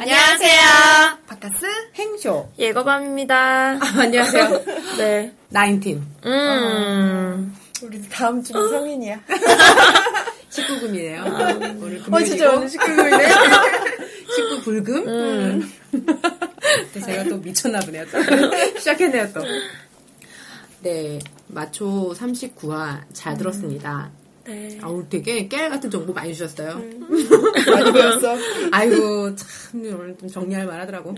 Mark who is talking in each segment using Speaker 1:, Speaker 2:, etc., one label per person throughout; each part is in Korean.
Speaker 1: 안녕하세요.
Speaker 2: 바카스 행쇼
Speaker 1: 예거밤입니다.
Speaker 2: 안녕하세요.
Speaker 1: 네.
Speaker 3: 나인틴
Speaker 1: 음.
Speaker 2: 우리 다음 주는 성인이야.
Speaker 3: 19금이네요. 아, 오늘 금요일이고
Speaker 2: 어 진짜 오늘 19금이네요.
Speaker 3: 19 불금. 음. 근데 제가 또 미쳤나 보네요. 또. 시작했네요 또. 네 마초 39화 잘 들었습니다.
Speaker 1: 네.
Speaker 3: 아우 되게 깨알 같은 정보 많이 주셨어요.
Speaker 2: 많이 배웠어.
Speaker 3: 아이고 참 오늘 좀 정리할 만하더라고.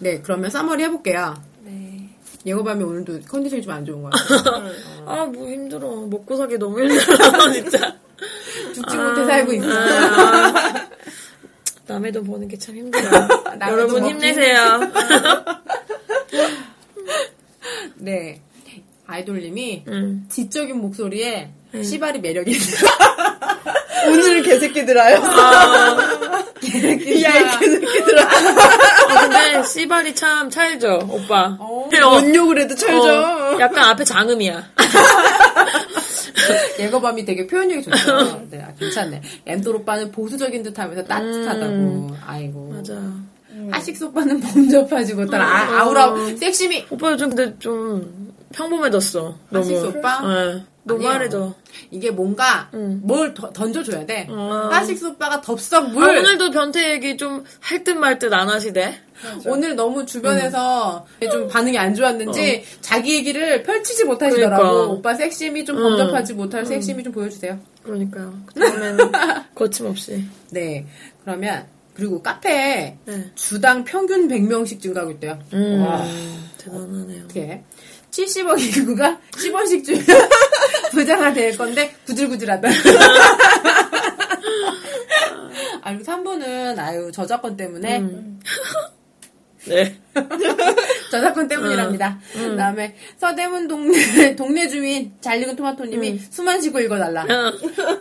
Speaker 3: 네 그러면 써머리 해볼게요.
Speaker 1: 네.
Speaker 3: 예고밤이 오늘도 컨디션이 좀 안 좋은 것 같아요.
Speaker 1: 아, 뭐 힘들어. 먹고 사기 너무 힘들어, 진짜.
Speaker 3: 죽지 못해 살고 있어.
Speaker 1: 아. 남의 돈 버는 게 참 힘들어요. 여러분
Speaker 3: 먹기
Speaker 1: 힘내세요.
Speaker 3: 네. 아이돌님이
Speaker 1: 음.
Speaker 3: 지적인 목소리에
Speaker 1: 음.
Speaker 3: 시발이 매력이 있어요.
Speaker 2: 오늘 개새끼들아요.
Speaker 3: 야,
Speaker 1: 아, 근데 씨발이 참 찰져, 오빠.
Speaker 3: 어.
Speaker 1: 그래요.
Speaker 2: 뭔 욕을 해도
Speaker 1: 어,
Speaker 2: 철저.
Speaker 1: 약간 앞에 장음이야.
Speaker 3: 예거밤이 되게 표현력이
Speaker 1: 어.
Speaker 3: 좋죠. 네, 아, 괜찮네. 엠돌 오빠는 보수적인 듯 하면서 따뜻하다고. 아이고.
Speaker 1: 음. 맞아. 음.
Speaker 3: 하식스 오빠는 범접하지고, 딸 아, 아우라, 섹시미.
Speaker 1: 오빠 요즘 근데 좀 평범해졌어. 너무.
Speaker 3: 하식스 오빠?
Speaker 1: 네. 너무
Speaker 3: 아니에요.
Speaker 1: 아래져.
Speaker 3: 이게 뭔가
Speaker 1: 음.
Speaker 3: 뭘 더- 던져줘야 돼.
Speaker 1: 어.
Speaker 3: 하식스 오빠가 덥석
Speaker 1: 아,
Speaker 3: 물.
Speaker 1: 오늘도 변태 얘기 좀 할 듯 말 듯 안 하시대.
Speaker 3: 오늘 너무 주변에서
Speaker 1: 음.
Speaker 3: 좀 반응이 안 좋았는지 자기 얘기를 펼치지 못하시더라고.
Speaker 1: 어. 그러니까. 음.
Speaker 3: 오빠 섹심이 좀 범접하지 못할 섹심이 좀 보여주세요.
Speaker 1: 그러니까요. 그다음엔 거침없이.
Speaker 3: 네. 그러면 그리고 카페에
Speaker 1: 네.
Speaker 3: 주당 평균 100명씩 증가하고 있대요.
Speaker 1: 음,
Speaker 3: 와,
Speaker 1: 대단하네요.
Speaker 3: 어떻게 70억 인구가 10원씩 주면 부자가 될 건데 구질구질하다.
Speaker 1: 음.
Speaker 3: 아, 그리고 3분은 아유 저작권 때문에
Speaker 1: 음. 네.
Speaker 3: 저작권 때문이랍니다. 그다음에 서대문 동네 동네 주민 잘 익은 토마토님이 수만 쉬고 읽어달라.
Speaker 1: 아,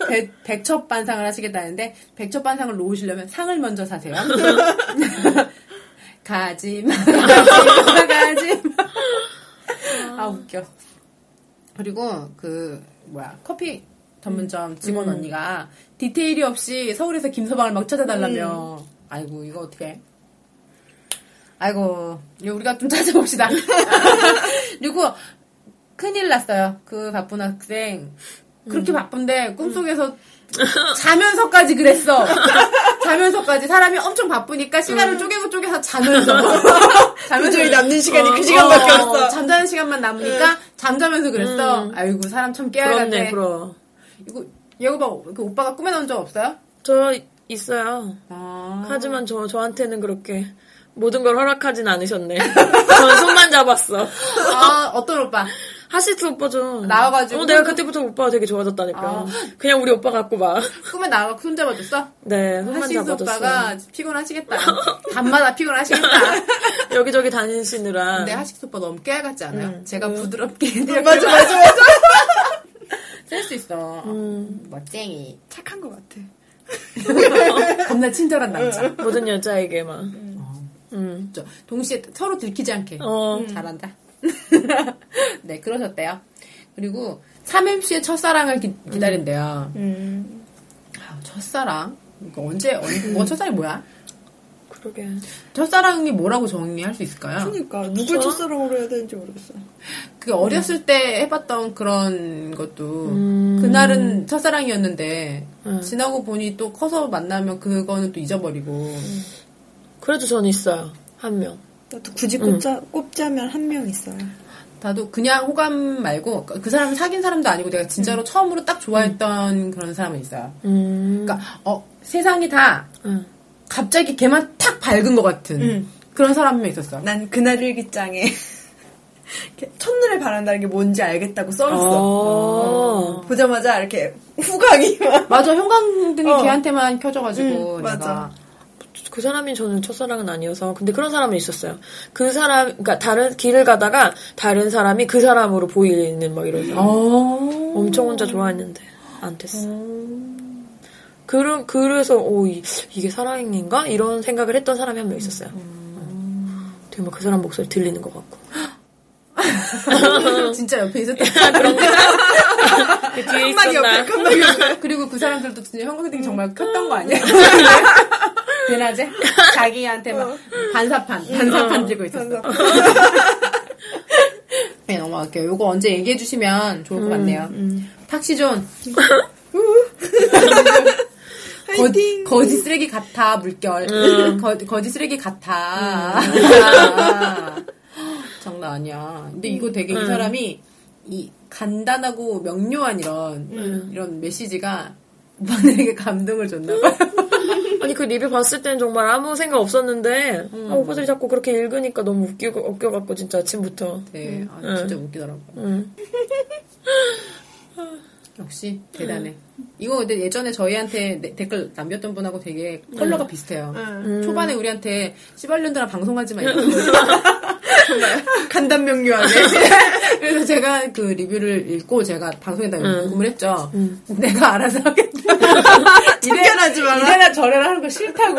Speaker 3: 백, 백첩반상을 하시겠다는데 백첩반상을 놓으시려면 상을 먼저 사세요. 가지마 가지마 가지마 아 웃겨. 그리고 그 뭐야 커피
Speaker 2: 음.
Speaker 3: 전문점 직원 언니가 디테일이 없이 서울에서 김서방을 막 찾아달라며.
Speaker 2: 음.
Speaker 3: 아이고 이거 어떻게? 아이고 이거 우리가 좀 찾아봅시다. 그리고 큰일 났어요. 그 바쁜 학생 그렇게
Speaker 2: 음.
Speaker 3: 바쁜데 꿈속에서 자면서까지 그랬어. 자면서까지 사람이 엄청 바쁘니까 시간을 쪼개고 쪼개서 자면서 자면서
Speaker 2: 저희 음. 남는 시간이 그
Speaker 3: 시간밖에
Speaker 2: 시간밖에
Speaker 3: 없어.
Speaker 2: 없어.
Speaker 3: 잠자는 시간만 남으니까 잠자면서 그랬어. 아이고 사람 참
Speaker 1: 그렇네,
Speaker 3: 깨알같네.
Speaker 1: 그럼.
Speaker 3: 이거 이거 봐. 그 오빠가 꿈에 나온 적 없어요?
Speaker 1: 저 있어요.
Speaker 3: 아.
Speaker 1: 하지만 저, 저한테는 그렇게 모든 걸 허락하진 않으셨네. 저는 손만 잡았어.
Speaker 3: 아, 어떤 오빠?
Speaker 1: 하시트 오빠죠.
Speaker 3: 나와가지고.
Speaker 1: 어, 내가 그때부터 오빠가 되게 좋아졌다니까.
Speaker 3: 아.
Speaker 1: 그냥 우리 오빠 같고 막.
Speaker 3: 꿈에 나와 손 잡아줬어?
Speaker 1: 네, 손만
Speaker 3: 하시스
Speaker 1: 잡아줬어.
Speaker 3: 오빠가 피곤하시겠다. 밤마다 피곤하시겠다.
Speaker 1: 여기저기 다니시느라.
Speaker 3: 근데 하식스 오빠 너무 깨알 같지 않아요? 제가 부드럽게 해드려요.
Speaker 2: 맞아 맞아 맞아.
Speaker 3: 셀수 있어. 멋쟁이.
Speaker 2: 착한 것 같아.
Speaker 3: 겁나 친절한 남자.
Speaker 1: 모든 여자에게 막. 음.
Speaker 3: 그죠? 동시에 서로 들키지 않게.
Speaker 1: 어.
Speaker 3: 음. 잘한다. 네, 그러셨대요. 그리고 3MC의 첫사랑을 기, 다린대요
Speaker 2: 음.
Speaker 3: 아, 첫사랑? 이거 언제, 언, 뭐 첫사랑이 뭐야?
Speaker 1: 그러게.
Speaker 3: 첫사랑이 뭐라고 정리할 수 있을까요?
Speaker 2: 그러니까 누굴 첫사랑으로 해야 되는지 모르겠어.
Speaker 3: 그 어렸을 때 해봤던 그런 것도 그날은 첫사랑이었는데 지나고 보니 또 커서 만나면 그거는 또 잊어버리고
Speaker 1: 그래도 전 있어요. 한 명.
Speaker 2: 나도 굳이 꼽자 꼽자면 한 명 있어요.
Speaker 3: 나도 그냥 호감 말고 그 사람 사귄 사람도 아니고 내가 진짜로 처음으로 딱 좋아했던 그런 사람은 있어요.
Speaker 1: 음.
Speaker 3: 그러니까 어, 세상이 다
Speaker 1: 음.
Speaker 3: 갑자기 걔만 탁 밝은 것 같은 그런 사람이 있었어.
Speaker 2: 난 그날 일기장에 이렇게 첫눈에 반한다는 게 뭔지 알겠다고
Speaker 1: 아.
Speaker 2: 써놨어. 보자마자 이렇게 후광이 막.
Speaker 3: 맞아 형광등이
Speaker 2: 어.
Speaker 3: 걔한테만 켜져가지고
Speaker 2: 음,
Speaker 3: 내가
Speaker 2: 맞아.
Speaker 1: 그 사람이 저는 첫사랑은 아니어서 근데 그런 사람이 있었어요. 그 사람 그러니까 다른 길을 가다가 다른 사람이 그 사람으로 보이는 막 이런 사람.
Speaker 3: 어.
Speaker 1: 엄청 혼자 좋아했는데 안 됐어. 그런 그래서 오 이, 게 사랑인가 이런 생각을 했던 사람이 한 명 있었어요. 어. 되게 막 그 사람 목소리 들리는 것 같고
Speaker 3: 진짜 옆에 있었다.
Speaker 1: 그 뒤에
Speaker 3: 깜빡이
Speaker 1: 있었나?
Speaker 3: 옆에 깜빡이 옆에. 그리고 그 사람들도 진짜 형광등이 정말 켰던 거 아니야? 그나제 자기한테 막 반사판 반사판 들고 있었어. 네, 넘어갈게요. 요거 언제 얘기해 주시면 좋을 것 같네요. 탁시존
Speaker 2: 화이팅!
Speaker 3: 거, 지 쓰레기 같아 물결 거, 지 쓰레기 음. 같아 장난 아니야 근데 이거 되게 이 사람이 이 간단하고 명료한 이런 이런 메시지가 오빠들에게 감동을 줬나 봐요
Speaker 1: 아니 그 리뷰 봤을 때는 정말 아무 생각 없었는데 아, 오빠들이 자꾸 그렇게 읽으니까 너무 웃기고 웃겨갖고 진짜 아침부터
Speaker 3: 네, 아, 진짜 웃기더라고
Speaker 1: 음.
Speaker 3: 역시 대단해 이거 근데 예전에 저희한테 네- 댓글 남겼던 분하고 되게 컬러가 비슷해요 초반에 우리한테 씨발년들아 방송하지 마 이러면서
Speaker 2: 간단 명료하네.
Speaker 3: 네. 그래서 제가 그 리뷰를 읽고 제가 방송에다 녹음을 했죠. 내가 알아서 하겠다.
Speaker 2: 참견하지 마라.
Speaker 3: 이래라 저래라 하는 거 싫다고.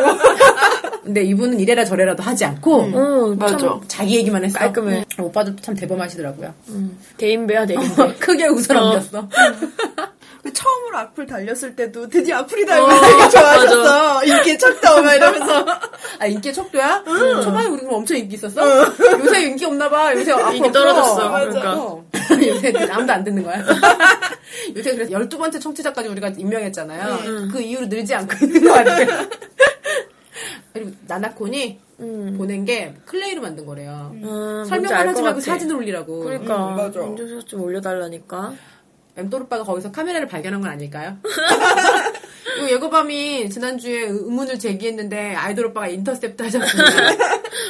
Speaker 3: 근데 이분은 이래라 저래라도 하지 않고 음,
Speaker 1: 어, 참
Speaker 3: 자기 얘기만 했어.
Speaker 1: 깔끔해.
Speaker 3: 음. 오빠도 참 대범하시더라고요. 네.
Speaker 1: 대인배야 대인배
Speaker 3: 크게 웃어넘겼어. 음.
Speaker 2: 그 처음으로 악플 달렸을 때도 드디어 악플이다 이러면서 되게 좋아하셨어. 인기 척다 막 이러면서.
Speaker 3: 아 인기 척도야? 음, 초반에 우리 그럼 엄청 인기 있었어? 요새 인기 없나봐. 요새 앞으로
Speaker 1: 인기
Speaker 3: 없어.
Speaker 1: 떨어졌어,
Speaker 3: 맞아.
Speaker 1: 그러니까.
Speaker 3: 어. 요새 아무도 안 듣는 거야. 요새 그래서 열두 번째 청취자까지 우리가 임명했잖아요. 그 이후로 늘지 않고 있는 거 같아요. 그리고 나나콘이 보낸 게 클레이로 만든 거래요.
Speaker 1: 음, 뭔지
Speaker 3: 설명을
Speaker 1: 알것
Speaker 3: 하지 말고
Speaker 1: 같아.
Speaker 3: 사진을 올리라고.
Speaker 1: 그러니까
Speaker 2: 음, 맞아.
Speaker 1: 인증샷 좀 올려달라니까
Speaker 3: 엠돌오빠가 거기서 카메라를 발견한 건 아닐까요? 이거 예고밤이 지난주에 의문을 제기했는데 아이돌오빠가 인터셉트 하셨습니다.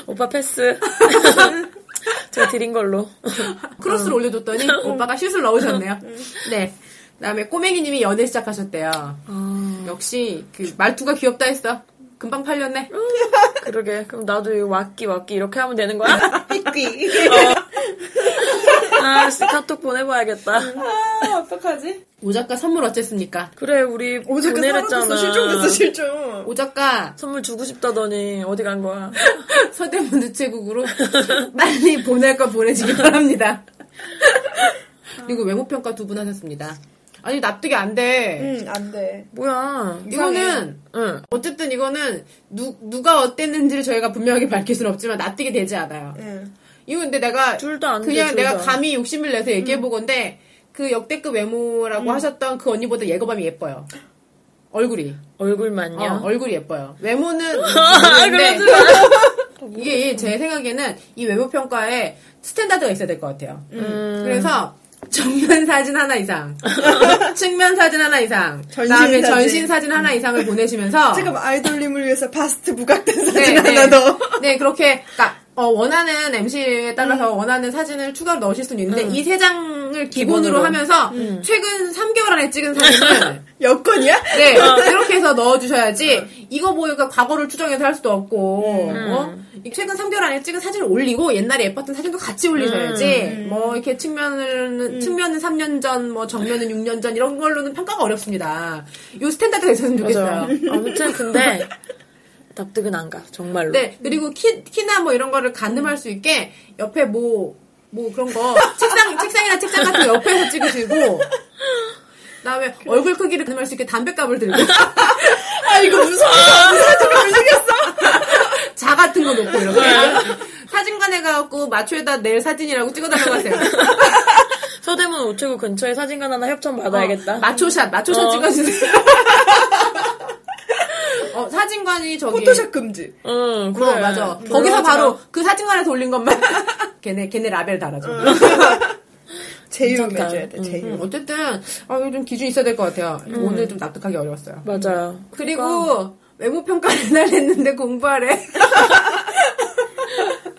Speaker 1: 오빠 패스 제가 드린 걸로
Speaker 3: 크로스를 올려줬더니 오빠가 슛을 넣으셨네요. 네. 그다음에 꼬맹이님이 연애 시작하셨대요.
Speaker 1: 아,
Speaker 3: 역시 그 말투가 귀엽다 했어. 금방 팔렸네.
Speaker 1: 그러게 그럼 나도 이 왁기 왁기 이렇게 하면 되는 거야?
Speaker 2: 삐끼.
Speaker 1: 아 진짜 카톡 보내봐야겠다
Speaker 2: 아, 어떡하지?
Speaker 3: 오작가 선물 어쨌습니까?
Speaker 1: 그래 우리
Speaker 2: 오죽은 사라졌어.
Speaker 1: 보내랬잖아
Speaker 2: 실종됐어, 실종.
Speaker 3: 오작가
Speaker 1: 선물 주고 싶다더니 어디 간 거야
Speaker 3: 서대문우체국으로 빨리 보낼 거 보내주기 바랍니다. 그리고 외모평가 두 분 하셨습니다. 아니 납득이 안 돼.
Speaker 2: 응, 안 돼.
Speaker 1: 뭐야
Speaker 3: 이거는
Speaker 1: 응
Speaker 3: 어쨌든 이거는 누, 누가 어땠는지를 저희가 분명하게 밝힐 수는 없지만 납득이 되지 않아요.
Speaker 2: 응.
Speaker 3: 이거 근데 내가
Speaker 1: 둘도 안 돼, 음.
Speaker 3: 그냥
Speaker 1: 둘
Speaker 3: 내가
Speaker 1: 다.
Speaker 3: 감히 욕심을 내서 얘기해 보건데 그 역대급 외모라고
Speaker 1: 음.
Speaker 3: 하셨던 그 언니보다 예거밤이 예뻐요. 얼굴이 어,
Speaker 1: 얼굴만요
Speaker 3: 얼굴이 예뻐요. 외모는
Speaker 1: 아,
Speaker 3: 모르겠는데
Speaker 1: 그러지 마.
Speaker 3: 이게 제 생각에는 이 외모 평가에 스탠다드가 있어야 될 것 같아요.
Speaker 1: 음.
Speaker 3: 그래서 정면 사진 하나 이상, 측면 사진 하나 이상,
Speaker 2: 전신
Speaker 3: 그다음에
Speaker 2: 사진.
Speaker 3: 전신 사진 하나 이상을 보내시면서
Speaker 2: 지금 아이돌님을 위해서 바스트 무각된
Speaker 3: 네,
Speaker 2: 사진
Speaker 3: 네.
Speaker 2: 하나 더.
Speaker 3: 네, 그렇게, 그러니까, 어, 원하는 MC에 따라서 원하는 사진을 추가로 넣으실 수는 있는데, 이 세 장을 음. 기본으로, 음.
Speaker 1: 기본으로.
Speaker 3: 하면서, 최근 3개월 안에 찍은 사진을,
Speaker 2: 여건이야?
Speaker 3: 네, 이렇게 해서 넣어주셔야지, 이거 보니까 과거를 추정해서 할 수도 없고, 어? 이 최근 3개월 안에 찍은 사진을 올리고, 옛날에 예뻤던 사진도 같이 올리셔야지, 뭐, 이렇게 측면은, 측면은 3년 전, 뭐, 정면은 6년 전, 이런 걸로는 평가가 어렵습니다. 요 스탠다드가 있었으면 좋겠어요.
Speaker 1: 맞아요. 아무튼 근데 납득은 안 가. 정말로.
Speaker 3: 네, 그리고 키, 키나 뭐 이런 거를 가늠할 수 있게 옆에 뭐, 뭐 그런 거, 책상, 책상이나 책상 같은 거 옆에서 찍으시고, 그다음에 얼굴 크기를 가늠할 수 있게 담뱃갑을 들고,
Speaker 2: 아, 이거 무서워. 사진이 움직였어.
Speaker 3: 자 같은 거 놓고 이렇게. 사진관에 가갖고 마초에다 낼 사진이라고 찍어달라고 하세요.
Speaker 1: 서대문 우체국 근처에 사진관 하나 협찬 받아야겠다.
Speaker 3: 마초샷, 마초샷
Speaker 1: 어.
Speaker 3: 찍어주세요. 어, 사진관이 저기.
Speaker 2: 포토샵 금지.
Speaker 1: 응, 그래.
Speaker 3: 어, 맞아.
Speaker 1: 네.
Speaker 3: 거기서 바로 그 사진관에서 올린 것만. 걔네, 걔네 라벨 달아줘.
Speaker 2: 제휴해줘야 돼, 제휴.
Speaker 3: 음, 어쨌든 아, 이거 좀 기준이 있어야 될 것 같아요. 오늘 좀 납득하기 어려웠어요.
Speaker 1: 맞아요.
Speaker 3: 그러니까. 그리고 외모 평가를 날 했는데 공부하래.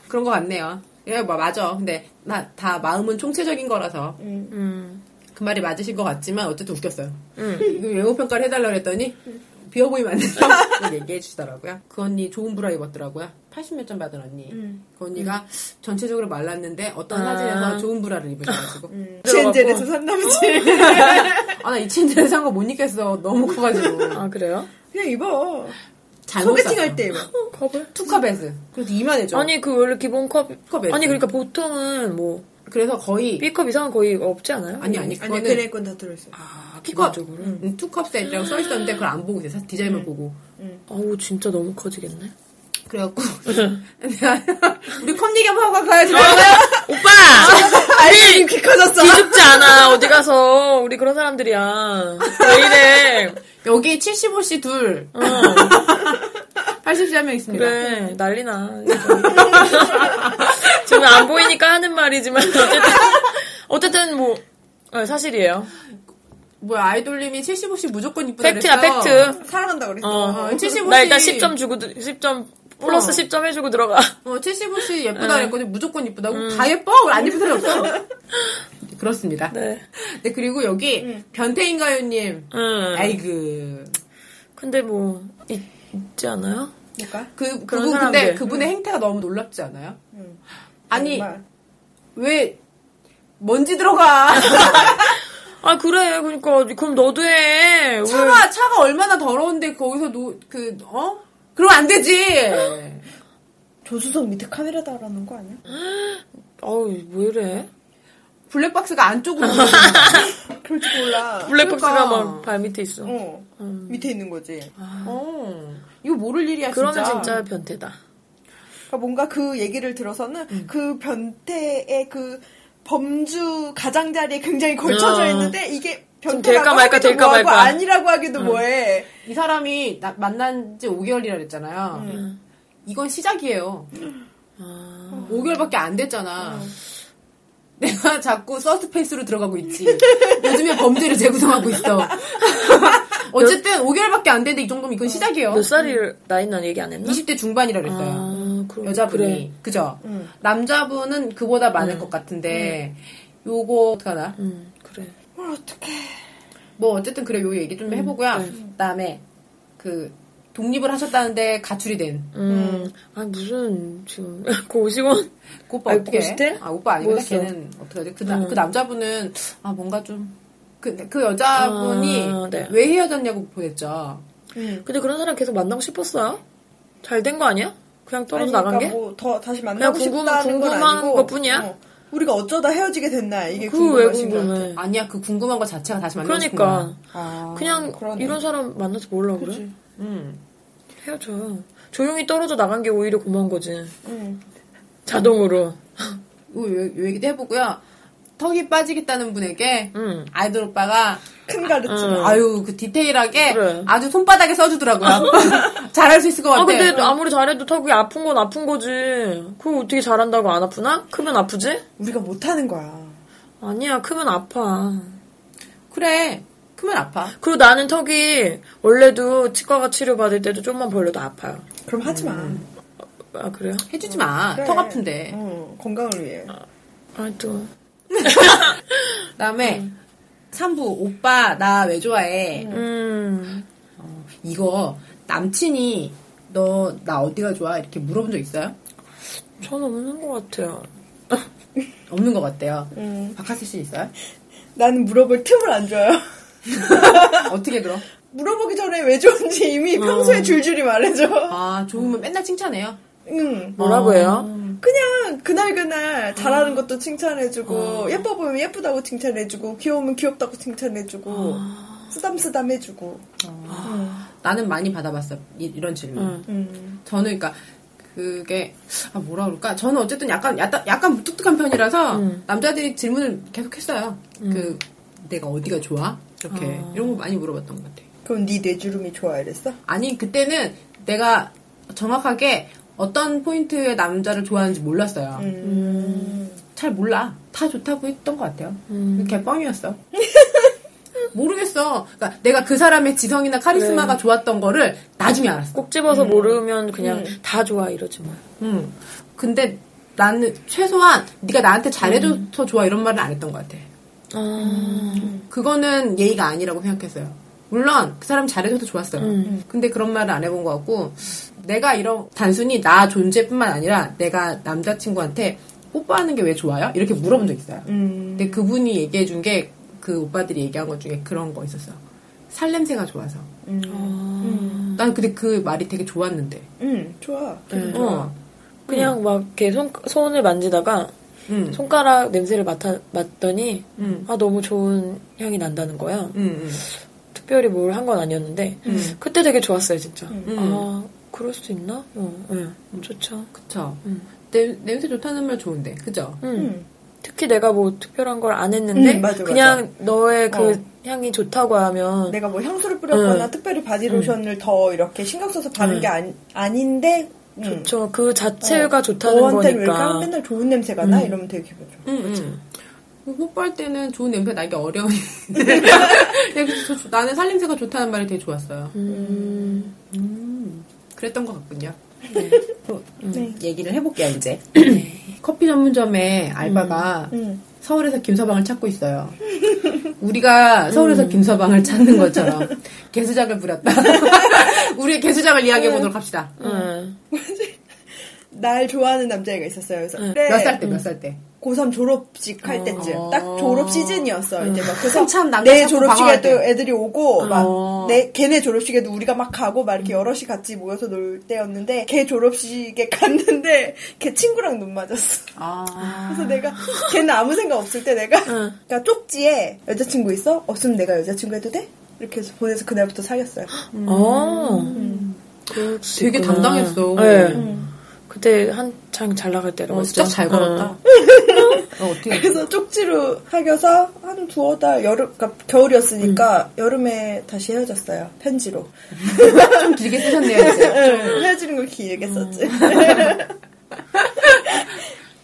Speaker 3: 그런 것 같네요. 예, 뭐, 맞아. 근데 나, 다 마음은 총체적인 거라서
Speaker 1: 음.
Speaker 3: 그 말이 맞으신 것 같지만 어쨌든 웃겼어요. 이거 외모 평가를 해달라 그랬더니 비어 보이면 안 된다고 얘기해 주시더라고요. 그 언니 좋은 브라 입었더라고요. 80 몇 점 받은 언니. 그 언니가 전체적으로 말랐는데 어떤 사진에서 좋은 브라를 입으셔가지고
Speaker 2: 젠젠에서 산다면지.
Speaker 3: 아, 나 이 친절에 산거 못 입겠어. 너무 커가지고.
Speaker 1: 아, 그래요?
Speaker 2: 그냥 입어.
Speaker 3: 잘못
Speaker 2: 소개팅
Speaker 3: 샀어.
Speaker 2: 할 때 입어.
Speaker 1: 컵을?
Speaker 3: 투카베스. 그래서 이만해져.
Speaker 1: 아니, 그 원래 기본 컵.
Speaker 3: 컵에
Speaker 1: 아니,
Speaker 3: 있어요.
Speaker 1: 그러니까 보통은 뭐,
Speaker 3: 그래서 거의.
Speaker 1: B컵 이상은 거의 없지 않아요?
Speaker 3: 아니, 아니,
Speaker 2: 아니,
Speaker 3: 그거는.
Speaker 2: 그네 건다 들어있어.
Speaker 3: 아, 투컵.
Speaker 1: 기본적으로. 음.
Speaker 3: 음, 투컵 세트라고 써있었는데 그걸 안 보고 있어요. 디자인만 보고.
Speaker 1: 어우 진짜 너무 커지겠네.
Speaker 3: 그래갖고. 내가 우리 컵 얘기 한번 하고 가야지.
Speaker 1: 아, 오빠 네.
Speaker 2: 알겠니? 귀 커졌어.
Speaker 1: 기죽지 않아 어디 가서 우리 그런 사람들이야. 왜 이래?
Speaker 3: 여기 75씨 둘,
Speaker 1: 어,
Speaker 3: 80씨 한 명 있습니다.
Speaker 1: 그래 난리나. 저는 안 보이니까 하는 말이지만 어쨌든 어쨌든 뭐 네, 사실이에요.
Speaker 3: 뭐야, 아이돌님이 75씨 무조건 이쁘다
Speaker 1: 팩트야
Speaker 3: 그랬어.
Speaker 1: 팩트.
Speaker 2: 사랑한다 그랬어.
Speaker 1: 어.
Speaker 3: 어, 75씨.
Speaker 1: 나 일단 10점 주고 들- 10점 플러스
Speaker 3: 어.
Speaker 1: 10점 해주고 들어가.
Speaker 3: 어, 75씨
Speaker 1: 네.
Speaker 3: 예쁘다 그랬거든. 무조건 이쁘다고. 다 예뻐? 우리 안 예쁜 사람이 없어. 그렇습니다. 네.
Speaker 1: 음. 네.
Speaker 3: 그리고 여기, 변태인가요님.
Speaker 1: 음.
Speaker 3: 아이고.
Speaker 1: 근데 뭐 있, 있지 않아요?
Speaker 2: 뭘까?
Speaker 3: 그,
Speaker 1: 그런
Speaker 3: 그분, 근데
Speaker 1: 사람들.
Speaker 3: 그분의 행태가 너무 놀랍지 않아요?
Speaker 2: 음.
Speaker 3: 아니,
Speaker 2: 정말.
Speaker 3: 왜, 먼지 들어가.
Speaker 1: 아 그래 그러니까 그럼 너도 해. 왜?
Speaker 3: 차가, 차가 얼마나 더러운데 거기서 노, 그, 어? 그러면 안 되지!
Speaker 2: 조수석 밑에 카메라 달라는 거 아니야?
Speaker 1: 아우 왜 이래?
Speaker 3: 블랙박스가 안쪽으로. 들어가는 거야.
Speaker 2: 그럴지 몰라.
Speaker 1: 블랙박스가
Speaker 3: 그러니까.
Speaker 1: 막 발 밑에 있어.
Speaker 2: 어. 밑에 있는 거지.
Speaker 3: 어. 이거 모를 일이야, 진짜.
Speaker 1: 그러면 진짜 변태다.
Speaker 2: 그러니까 뭔가 그 얘기를 들어서는 그 변태의 그 범주 가장자리에 굉장히 걸쳐져
Speaker 1: 어.
Speaker 2: 있는데 이게
Speaker 1: 지금
Speaker 2: 변태라고
Speaker 1: 될까 말까,
Speaker 2: 하기도
Speaker 1: 될까
Speaker 2: 뭐하고
Speaker 1: 말까.
Speaker 2: 아니라고 하기도 뭐해.
Speaker 3: 이 사람이 나- 만난 지 5개월이라 그랬잖아요. 이건 시작이에요.
Speaker 1: 아. 어?
Speaker 3: 5개월밖에 안 됐잖아. 내가 자꾸 서스페이스로 들어가고 있지. 요즘에 범죄를 재구성하고 있어. 어쨌든 5개월밖에 안 됐는데 이 정도면 이건 시작이에요.
Speaker 1: 몇 살이 나이 난 얘기 안 했나?
Speaker 3: 20대 중반이라 그랬어요.
Speaker 1: 아, 그럼
Speaker 3: 여자분이.
Speaker 1: 그래.
Speaker 3: 그죠? 남자분은 그보다 많을 것 같은데, 요거, 어떡하나?
Speaker 1: 음 그래.
Speaker 2: 뭘 어떻게?
Speaker 3: 뭐 어쨌든 그래 요 얘기 좀 해보고요. 그다음에 그 독립을 하셨다는데 가출이 된.
Speaker 1: 음. 아 무슨 지금 그 50원.
Speaker 3: 그 오빠
Speaker 1: 아니, 음.
Speaker 3: 어떻게?
Speaker 1: 고스텔?
Speaker 3: 아 오빠 아니고
Speaker 1: 뭐였어?
Speaker 3: 걔는 어떻게 하지? 그, 나- 그 남자분은 아 뭔가 좀. 그, 그 여자분이
Speaker 1: 아, 네.
Speaker 3: 왜 헤어졌냐고 보냈죠.
Speaker 1: 근데 그런 사람 계속 만나고 싶었어요? 잘 된 거 아니야? 그러니까 그냥 떨어져 나간 게?
Speaker 2: 그러니까 뭐더 다시 만나고
Speaker 1: 그냥 궁금-
Speaker 2: 싶다는 건
Speaker 1: 궁금한
Speaker 2: 아니고
Speaker 1: 것뿐이야?
Speaker 2: 어, 우리가 어쩌다 헤어지게 됐나 이게
Speaker 1: 그거 왜
Speaker 2: 궁금하신 거 같아.
Speaker 1: 궁금해?
Speaker 3: 아니야 그 궁금한 거 자체가 다시 만나고 싶은
Speaker 1: 네. 그러니까
Speaker 3: 거야. 아,
Speaker 1: 그냥
Speaker 2: 그러네.
Speaker 1: 이런 사람 만나서 뭘라 그래?
Speaker 3: 음.
Speaker 1: 헤어져. 조용히 떨어져 나간 게 오히려 고마운 거지.
Speaker 2: 응.
Speaker 1: 자동으로.
Speaker 3: 요, 요- 요 얘기도 해보고요. 턱이 빠지겠다는 분에게
Speaker 1: 음.
Speaker 3: 아이돌 오빠가
Speaker 2: 큰 가르침.
Speaker 1: 음.
Speaker 3: 아유 그 디테일하게
Speaker 1: 그래.
Speaker 3: 아주 손바닥에 써주더라고요. 잘할 수 있을 것 같아.
Speaker 1: 아 근데
Speaker 2: 어.
Speaker 1: 아무리 잘해도 턱이 아픈 건 아픈 거지. 그거 어떻게 잘한다고 안 아프나? 크면 아프지?
Speaker 2: 우리가 못하는 거야.
Speaker 1: 아니야 크면 아파.
Speaker 3: 그래. 크면 아파.
Speaker 1: 그리고 나는 턱이 원래도 치과가 치료받을 때도 좀만 벌려도 아파요.
Speaker 2: 그럼 하지 마.
Speaker 1: 아 음, 그래요?
Speaker 3: 해주지 마.
Speaker 2: 그래.
Speaker 3: 턱 아픈데.
Speaker 2: 어, 건강을 위해.
Speaker 1: 아또
Speaker 3: 그다음에 3부 오빠 나 왜 좋아해?
Speaker 1: 음.
Speaker 3: 이거 남친이 너 나 어디가 좋아? 이렇게 물어본 적 있어요?
Speaker 1: 전 없는 것 같아요.
Speaker 3: 없는 것 같대요.
Speaker 2: 음.
Speaker 3: 박하스 씨 있어요?
Speaker 2: 나는 물어볼 틈을 안 줘요.
Speaker 3: 어떻게 들어?
Speaker 2: 물어보기 전에 왜 좋은지
Speaker 1: 어.
Speaker 2: 이미 평소에 줄줄이 말해줘.
Speaker 3: 아 좋으면 맨날 칭찬해요.
Speaker 2: 응.
Speaker 1: 뭐라고 해요?
Speaker 2: 그냥 그날그날 잘하는
Speaker 1: 음.
Speaker 2: 것도
Speaker 1: 어.
Speaker 2: 칭찬해주고 예뻐 보이면 예쁘다고 칭찬해주고 귀여우면 귀엽다고 칭찬해주고
Speaker 1: 어.
Speaker 2: 쓰담쓰담 해주고
Speaker 3: 나는 많이 받아봤어 이, 이런 질문.
Speaker 1: 음.
Speaker 2: 음.
Speaker 3: 저는 그러니까 그게 아 뭐라 그럴까? 저는 어쨌든 약간 약간, 약간 무뚝뚝한 편이라서 남자들이 질문을 계속 했어요. 그 내가 어디가 좋아? 이렇게 이런 거 많이 물어봤던 것 같아. 요
Speaker 2: 그럼 네 뇌주름이 좋아 이랬어?
Speaker 3: 아니 그때는 내가 정확하게 어떤 포인트의 남자를 좋아하는지 몰랐어요. 잘 몰라. 다 좋다고 했던 것 같아요. 걔 뻥이었어. 모르겠어. 그러니까 내가 그 사람의 지성이나 카리스마가 좋았던 거를 나중에 알았어.
Speaker 1: 꼭 집어서
Speaker 2: 음.
Speaker 1: 모르면 그냥
Speaker 2: 네.
Speaker 1: 다 좋아 이러지 뭐.
Speaker 3: 응. 근데 나는 최소한 네가 나한테 잘해줘서 좋아 이런 말은 안 했던 것 같아.
Speaker 1: 아.
Speaker 3: 그거는 예의가 아니라고 생각했어요. 물론 그 사람 잘해줘서 좋았어요. 음. 근데 그런 말을 안 해본 것 같고 내가 이런 단순히 나 존재뿐만 아니라 내가 남자친구한테 뽀뽀하는 게 왜 좋아요? 이렇게 물어본 적 있어요.
Speaker 2: 음,
Speaker 3: 근데 그분이 얘기해 준 게 그 오빠들이 얘기한 것 중에 그런 거 있었어. 살냄새가 좋아서.
Speaker 2: 음.
Speaker 3: 난 근데 그 말이 되게 좋았는데.
Speaker 2: 응 좋아.
Speaker 1: 음.
Speaker 3: 어.
Speaker 1: 그냥 막 이렇게 손, 손을 만지다가
Speaker 2: 음.
Speaker 1: 손가락 냄새를 맡아, 맡더니
Speaker 2: 음.
Speaker 1: 아 너무 좋은 향이 난다는 거야.
Speaker 2: 음.
Speaker 1: 특별히 뭘 한 건 아니었는데
Speaker 2: 음.
Speaker 1: 그때 되게 좋았어요 진짜.
Speaker 2: 음.
Speaker 1: 아 그럴 수도 있나? 어, 예. 좋죠.
Speaker 3: 그쵸.
Speaker 1: 음.
Speaker 3: 냄, 냄새 좋다는 말 좋은데, 그죠?
Speaker 1: 음.
Speaker 2: 음.
Speaker 1: 특히 내가 뭐 특별한 걸 안 했는데
Speaker 2: 음, 맞아, 맞아.
Speaker 1: 그냥 너의 그
Speaker 2: 어.
Speaker 1: 향이 좋다고
Speaker 3: 음.
Speaker 1: 하면
Speaker 2: 내가 뭐 향수를 뿌렸거나
Speaker 1: 음.
Speaker 2: 특별히 바디 로션을 더 이렇게 신경 써서 바른
Speaker 1: 음.
Speaker 2: 게 아니, 아닌데 음.
Speaker 1: 좋죠. 그 자체가 좋다는
Speaker 2: 어. 너한테는 왜 이렇게
Speaker 1: 거니까.
Speaker 2: 하면 맨날 좋은 냄새가
Speaker 3: 음.
Speaker 2: 나? 이러면 되게 기분 좋아.
Speaker 3: 응, 응. 뽀뽀할 때는 좋은 냄새 나기 어려운. 네, 나는 살냄새가 좋다는 말이 되게 좋았어요.
Speaker 1: 음,
Speaker 3: 그랬던 것 같군요.
Speaker 2: 네.
Speaker 3: 음. 얘기를 해볼게요, 이제. 커피 전문점에 알바가
Speaker 2: 음.
Speaker 3: 서울에서 김서방을 찾고 있어요. 우리가 서울에서
Speaker 2: 음.
Speaker 3: 김서방을 찾는 것처럼 개수작을 부렸다. 우리의 개수작을
Speaker 2: 네.
Speaker 3: 이야기해보도록 합시다.
Speaker 1: 음.
Speaker 2: 날 좋아하는 남자애가 있었어요. 그래서
Speaker 1: 음.
Speaker 2: 그때
Speaker 3: 몇 살 때, 몇 살 때.
Speaker 2: 고3 졸업식 할 때쯤
Speaker 3: 어.
Speaker 2: 딱 졸업 시즌이었어. 이제 막 그래서
Speaker 3: 한참 남자
Speaker 2: 내
Speaker 3: 찾고 방황할
Speaker 2: 졸업식에도
Speaker 3: 때.
Speaker 2: 애들이 오고
Speaker 3: 어.
Speaker 2: 막 내 걔네 졸업식에도 우리가 막 가고 막 이렇게 여럿이 같이 모여서 놀 때였는데 걔 졸업식에 갔는데 걔 친구랑 눈 맞았어.
Speaker 3: 아.
Speaker 2: 그래서 내가 걔는 아무 생각 없을 때 내가 그러니까 쪽지에 여자친구 있어? 없으면 내가 여자친구 해도 돼? 이렇게 해서 보내서 그날부터 사귀었어요.
Speaker 1: 어. 그럴 수
Speaker 3: 되게
Speaker 1: 있구나.
Speaker 3: 당당했어.
Speaker 1: 네.
Speaker 2: 음.
Speaker 1: 그때 한창 잘 나갈 때라고
Speaker 3: 어,
Speaker 1: 했죠.
Speaker 3: 진짜 잘 걸었다. 어, 어떻게.
Speaker 2: 그래서 쪽지로 사귀어서 한 두어 달 여름 그러니까 겨울이었으니까 여름에 다시 헤어졌어요. 편지로.
Speaker 3: 좀 길게 쓰셨네요, 이제.
Speaker 2: 응, 헤어지는 걸 길게 썼지.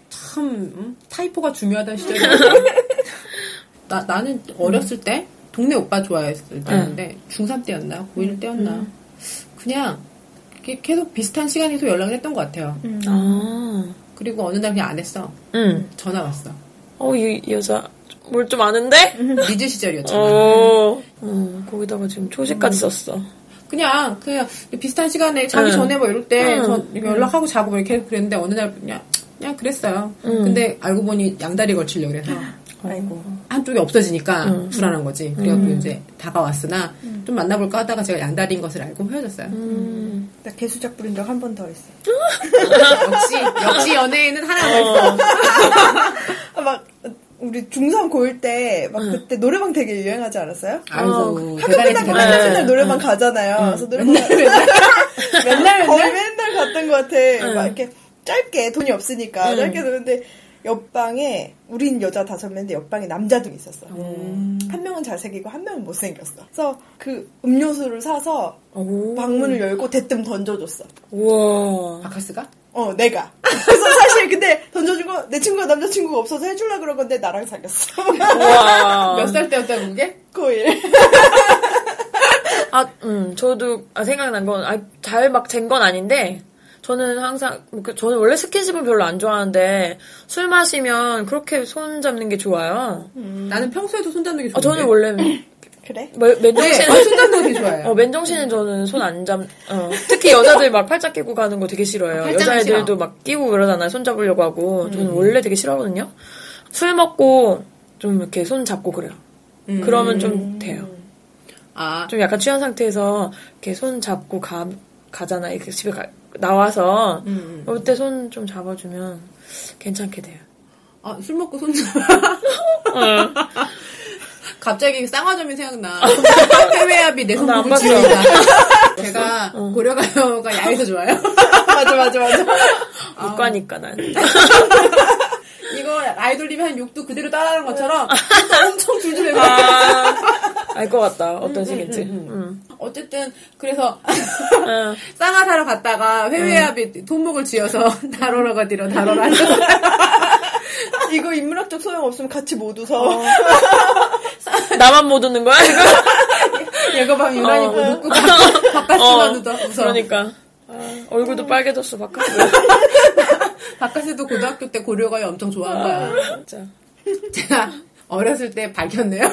Speaker 3: 참 음, 타이포가 중요하다는 시절이었어요. 나 나는 어렸을 때 동네 오빠 좋아했을 때였는데 중3 때였나 고1 때였나 그냥 이렇게 계속 비슷한 시간에 또 연락을 했던 것 같아요.
Speaker 1: 아.
Speaker 3: 그리고 어느 날 그냥 안 했어.
Speaker 1: 응.
Speaker 3: 전화 왔어.
Speaker 1: 음. 어, 이 여자 뭘 좀 아는데?
Speaker 3: 리즈 시절이었잖아.
Speaker 1: 어. 어, 거기다가 지금 초식까지 썼어.
Speaker 3: 그냥 그냥 비슷한 시간에 자기
Speaker 1: 응.
Speaker 3: 전에 뭐 이럴 때
Speaker 1: 응.
Speaker 3: 전- 이렇게 연락하고 자고 뭐 이렇게 그랬는데 어느 날 그냥 그냥 그랬어요. 근데 알고 보니 양다리 걸치려고 그래서
Speaker 2: 아이고.
Speaker 3: 한쪽이 없어지니까 불안한 거지. 그래갖고 이제 다가왔으나 좀 만나볼까 하다가 제가 양다리인 것을 알고 헤어졌어요.
Speaker 1: 음.
Speaker 2: 나 개수작 부린 적 한 번 더 있어.
Speaker 3: 역시 역시 연예인은 하나만 있어.
Speaker 2: 아, 막 우리 중3 고일 때 막 그때 노래방 되게 유행하지 않았어요?
Speaker 3: 아이고
Speaker 2: 그 학교
Speaker 3: 대단해
Speaker 2: 끝나고 맨날 네.
Speaker 3: 대단해.
Speaker 2: 맨날 노래방 가잖아요. 그래서 노래방 맨날 거의 맨날 갔던 것 같아. 막 이렇게 짧게 돈이 없으니까 짧게 노는데 옆방에 우린 여자 다섯 명인데 옆방에 남자 둘이 있었어.
Speaker 3: 음.
Speaker 2: 한 명은 잘생기고 한 명은 못생겼어. 그래서 그 음료수를 사서
Speaker 1: 오.
Speaker 2: 방문을 열고 대뜸 던져줬어.
Speaker 1: 우와.
Speaker 3: 바카스가?
Speaker 2: 어, 내가. 그래서 사실 근데 던져준 거 내 친구가 남자친구가 없어서 해주려고 그런 건데 나랑 사귀었어.
Speaker 1: 우와.
Speaker 3: 몇 살 때였다고 그게?
Speaker 2: 고일.
Speaker 1: 아, 음, 저도 아, 생각난 건, 아, 잘 막 잰 건 아닌데, 저는 항상, 그, 저는 원래 스킨십은 별로 안 좋아하는데, 술 마시면 그렇게 손 잡는 게 좋아요.
Speaker 3: 나는 평소에도 손잡는 게 좋은데.
Speaker 1: 아, 저는 원래,
Speaker 2: 그래?
Speaker 1: 매-
Speaker 3: 네,
Speaker 1: 뭐, 맨정신에,
Speaker 3: 저는 손잡는 거 되게 좋아해요.
Speaker 1: 어, 맨정신에 저는 손 안 잡, 어. 특히 여자들 막 팔짱 끼고 가는 거 되게 싫어해요.
Speaker 3: 아, 팔짱은
Speaker 1: 여자애들도
Speaker 3: 싫어. 음.
Speaker 1: 막 끼고 그러잖아요. 손 잡으려고 하고. 저는 원래 되게 싫어하거든요. 술 먹고, 좀 이렇게 손 잡고 그래요.
Speaker 3: 음.
Speaker 1: 그러면 좀 돼요.
Speaker 3: 아
Speaker 1: 좀 약간 취한 상태에서 이렇게 손 잡고 가, 가잖아. 이렇게 집에 가- 나와서. 어,
Speaker 3: 음,
Speaker 1: 그때 손 좀 잡아주면 괜찮게 돼요.
Speaker 3: 아, 술 먹고 손 잡아. 갑자기 쌍화점이 생각나. 해외압이 내
Speaker 1: 나
Speaker 3: 손목을
Speaker 1: 안 봤어.
Speaker 3: 치는다. 제가 고려가요가 야외에서 좋아요.
Speaker 2: 맞아 맞아 맞아.
Speaker 1: 이과니까 난.
Speaker 3: 이거 라이 돌리면 한 욕도 그대로 따라하는 것처럼 엄청 줄줄내고 아.
Speaker 1: 알 것 같다.
Speaker 3: 음,
Speaker 1: 어떤 식인지. 음.
Speaker 3: 어쨌든 그래서
Speaker 1: 아,
Speaker 3: 쌍화 사러 갔다가 회외압이 돈목을 쥐어서 다로라가 뒤로 다로라
Speaker 2: 이거 인문학적 소용 없으면 같이 못 웃어.
Speaker 1: 나만 못 웃는 거야, 이거?
Speaker 3: 얘가 밤 유난히 못 웃고
Speaker 1: 어,
Speaker 3: 바깥에만 웃어
Speaker 1: 그러니까. 아, 얼굴도 빨개졌어, 바깥에.
Speaker 3: 바깥에도 고등학교 때 고려가요 엄청 좋아한 거야
Speaker 1: 진짜.
Speaker 3: 제가 어렸을 때 밝혔네요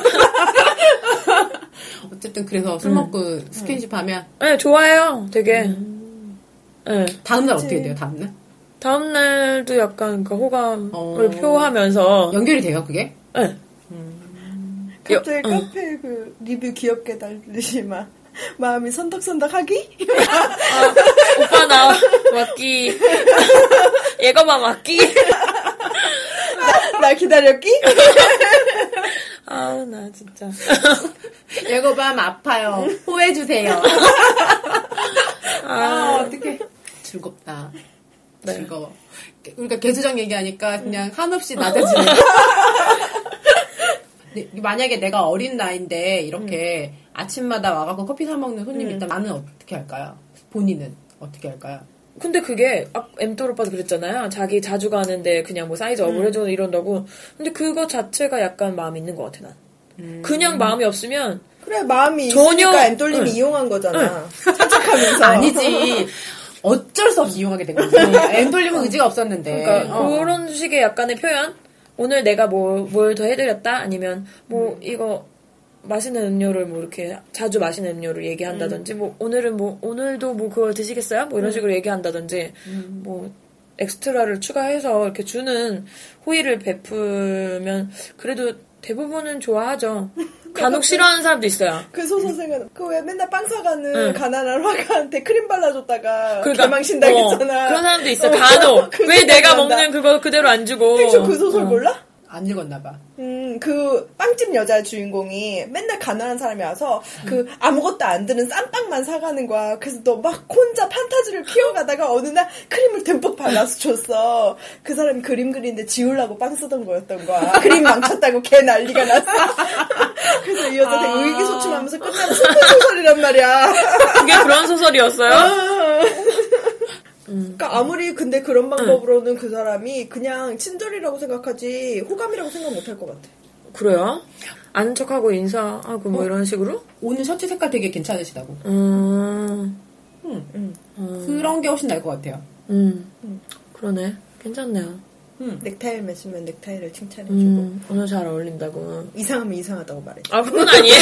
Speaker 3: 어쨌든 그래서 술 먹고 스킨십 하면
Speaker 1: 네, 좋아요. 되게. 네.
Speaker 3: 다음날 어떻게 돼요 다음날?
Speaker 1: 다음날도 약간 그 호감을
Speaker 3: 어.
Speaker 1: 표하면서.
Speaker 3: 연결이 돼요 그게?
Speaker 1: 네.
Speaker 2: 갑자기
Speaker 1: 음.
Speaker 2: 카페 그 리뷰 귀엽게 달리시 막 마음이 선덕선덕하기?
Speaker 1: 아, 오빠 나 왔기. 얘가 봐 왔기.
Speaker 2: 날 기다렸기?
Speaker 1: 아우, 나 진짜.
Speaker 3: 예고밤 아파요. 호해주세요. 아, 어떡해. 즐겁다.
Speaker 1: 네. 음.
Speaker 3: 즐거워. 그러니까 개수작 얘기하니까 그냥 한없이 낮아지네. 네, 만약에 내가 어린 나이인데 이렇게
Speaker 1: 음.
Speaker 3: 아침마다 와갖고 커피 사먹는 손님이 있다 나는 어떻게 할까요? 본인은 어떻게 할까요?
Speaker 1: 근데 그게, 아, 엠돌 오빠도 그랬잖아요. 자기 자주 가는데 그냥 뭐 사이즈 업을 해주는 이런다고. 근데 그거 자체가 약간 마음이 있는 것 같아, 난. 그냥 마음이 없으면
Speaker 2: 그래 마음이
Speaker 1: 전혀- 음.
Speaker 2: 있으니까 엠돌님이
Speaker 1: 응.
Speaker 2: 이용한 거잖아. 착착하면서.
Speaker 3: 아니지. 어쩔 수 없이 이용하게 된 거지. 엠 돌림은 의지가 없었는데.
Speaker 1: 음.
Speaker 2: 네.
Speaker 1: 그러니까
Speaker 3: 어.
Speaker 1: 그런 식의 약간의 표현. 오늘 내가 뭘 뭘 더 해드렸다 아니면 뭐
Speaker 2: 음.
Speaker 1: 이거 마시는 음료를 뭐 이렇게 자주 마시는 음료를 얘기한다든지 뭐 오늘은 뭐 오늘도 뭐 그걸 드시겠어요? 뭐
Speaker 2: 음.
Speaker 1: 이런 식으로 얘기한다든지 뭐 엑스트라를 추가해서 이렇게 주는 호의를 베풀면 그래도 대부분은 좋아하죠. 간혹 싫어하는 사람도 있어요.
Speaker 2: 그 소선생은 그 왜 맨날 빵 사가는
Speaker 1: 응.
Speaker 2: 가난한 화가한테 크림 발라줬다가
Speaker 1: 음. 그러니까,
Speaker 2: 개망신당했잖아.
Speaker 1: 어, 그런 사람도 있어. 간혹
Speaker 2: 그
Speaker 1: 왜 내가
Speaker 2: 생각난다.
Speaker 1: 먹는 그거 그대로 안 주고. 어.
Speaker 2: 픽처 그 소설 몰라?
Speaker 3: 안 읽었나 봐.
Speaker 2: 음, 그 빵집 여자 주인공이 맨날 가난한 사람이 와서 그 아무것도 안 드는 쌈빵만 사가는 거야. 그래서 너 막 혼자 판타지를 키워가다가 어느 날 크림을 듬뿍 발라서 줬어. 그 사람이 그림 그리는데 지우려고 빵 쓰던 거였던 거야. 그림 망쳤다고 걔 난리가 났어. 그래서 이 여자 되게 의기소침하면서 끝나는 슬픈 소설이란 말이야.
Speaker 1: 그게 그런 소설이었어요?
Speaker 2: 그러니까 아무리 근데 그런 방법으로는 그 사람이 그냥 친절이라고 생각하지 호감이라고 생각 못 할 것 같아.
Speaker 1: 그래요? 아는 척하고 인사하고 뭐 이런 식으로?
Speaker 3: 오늘 셔츠 색깔 되게 괜찮으시다고.
Speaker 1: 음,
Speaker 3: 그런 게 훨씬 나을 것 같아요.
Speaker 1: 음, 그러네. 괜찮네요.
Speaker 2: 넥타이를 맺으면 넥타이를 칭찬해주고
Speaker 1: 음, 오늘 잘 어울린다고.
Speaker 2: 이상하면 이상하다고 말해.
Speaker 1: 아, 그건 아니에요.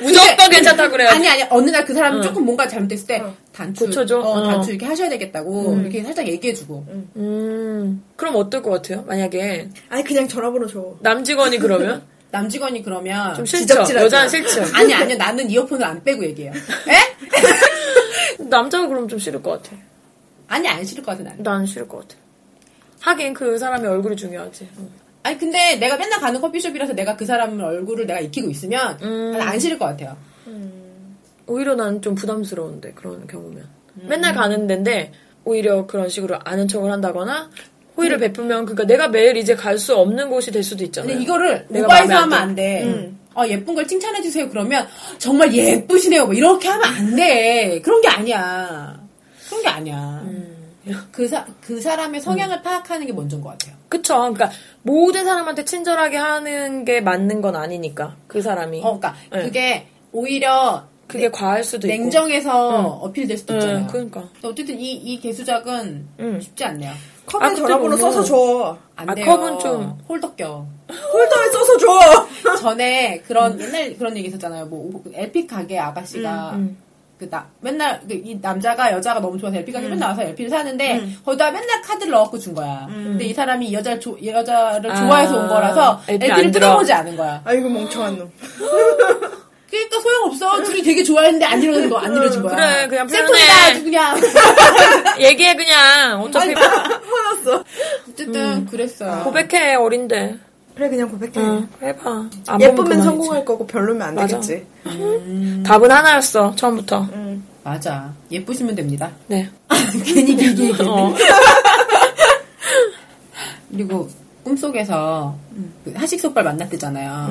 Speaker 1: 무조건 괜찮다고 그래요. 어.
Speaker 3: 아니 아니 어느 날 그 사람이 조금 뭔가 잘못됐을 때 단추
Speaker 1: 고쳐줘?
Speaker 3: 어,
Speaker 1: 어.
Speaker 3: 단추 이렇게 하셔야 되겠다고 이렇게 살짝 얘기해주고
Speaker 1: 음, 그럼 어떨 것 같아요? 만약에
Speaker 2: 아니 그냥 전화번호 줘.
Speaker 1: 남직원이 그러면?
Speaker 3: 남직원이 그러면
Speaker 1: 좀 싫죠?
Speaker 2: 지적질하지
Speaker 1: 여자는 싫죠?
Speaker 3: 아니 아니 나는 이어폰을 안 빼고 얘기해요. 에?
Speaker 1: 남자가 그럼 좀 싫을 것 같아.
Speaker 3: 아니 안 싫을 것 같아 나는.
Speaker 1: 난 싫을 것 같아. 하긴 그 사람의 얼굴이 중요하지. 응.
Speaker 3: 아니 근데 내가 맨날 가는 커피숍이라서 내가 그 사람 얼굴을 내가 익히고 있으면
Speaker 1: 음.
Speaker 3: 나는 안 싫을 것 같아요.
Speaker 1: 오히려 난 좀 부담스러운데 그런 경우면
Speaker 3: 음.
Speaker 1: 맨날 가는 데인데 오히려 그런 식으로 아는 척을 한다거나 호의를 베풀면 그러니까 내가 매일 이제 갈 수 없는 곳이 될 수도 있잖아요.
Speaker 3: 근데 이거를
Speaker 1: 네. 내가
Speaker 3: 오바해서
Speaker 1: 마음에 안
Speaker 3: 하면 안 돼. 어, 예쁜 걸 칭찬해 주세요. 그러면 정말 예쁘시네요. 뭐 이렇게 하면 안 돼. 그런 게 아니야. 그런 게 아니야.
Speaker 1: 음.
Speaker 3: 그, 사, 그 사람의 성향을 파악하는 게 먼저인 것 같아요.
Speaker 1: 그쵸. 그러니까 모든 사람한테 친절하게 하는 게 맞는 건 아니니까 그 사람이
Speaker 3: 어, 그러니까
Speaker 1: 네.
Speaker 3: 그게 오히려
Speaker 1: 그게 과할 수도 있고.
Speaker 3: 냉정해서 어필될 수도 있잖아요.
Speaker 1: 응, 그러니까.
Speaker 3: 어쨌든 이, 이 개수작은 쉽지 않네요.
Speaker 2: 컵에
Speaker 1: 아, 그때
Speaker 2: 전화번호
Speaker 1: 너무-
Speaker 2: 써서 줘.
Speaker 3: 안
Speaker 1: 아,
Speaker 3: 돼요.
Speaker 1: 컵은 좀-
Speaker 3: 홀덕겨.
Speaker 2: 홀더에 써서 줘.
Speaker 3: 전에 그런 옛날 그런 얘기 있었잖아요. 뭐 에픽 가게
Speaker 1: 음,
Speaker 3: 아가씨가 그 나 맨날 그이 남자가 여자가 너무 좋아서 에픽 가게
Speaker 1: 음.
Speaker 3: 맨날 와서 에픽을 사는데 거기다 맨날 카드를 넣었고 준 거야. 근데 이 사람이 이 여자를 조- 이 여자를
Speaker 1: 음. 아,
Speaker 3: 좋아해서 온 거라서
Speaker 1: LP 안
Speaker 3: 에픽을
Speaker 1: 들어.
Speaker 3: 끊어보지 않은 거야.
Speaker 2: 아이고 멍청한 놈.
Speaker 3: 그러니까 소용없어. 둘이 되게 좋아했는데 안 이뤄진 거안 이뤄진 거야.
Speaker 1: 음, 그래, 그냥
Speaker 3: 슬프다
Speaker 1: 편해.
Speaker 3: 아주 그냥.
Speaker 1: 얘기해 그냥 어차피
Speaker 3: 어쨌든 그랬어요.
Speaker 1: 음. 고백해 어린데.
Speaker 2: 그래 그냥 고백해.
Speaker 1: 응, 해봐. 안 보면
Speaker 2: 예쁘면
Speaker 1: 그만이지.
Speaker 2: 성공할 거고 별로면 안
Speaker 1: 맞아.
Speaker 2: 되겠지.
Speaker 1: 답은 하나였어 처음부터.
Speaker 3: 맞아. 예쁘시면 됩니다.
Speaker 1: 네.
Speaker 3: 괜히 길게 얘기했네.
Speaker 1: 어.
Speaker 3: 그리고 꿈속에서
Speaker 1: 음.
Speaker 3: 그 하식속발 만났대잖아요.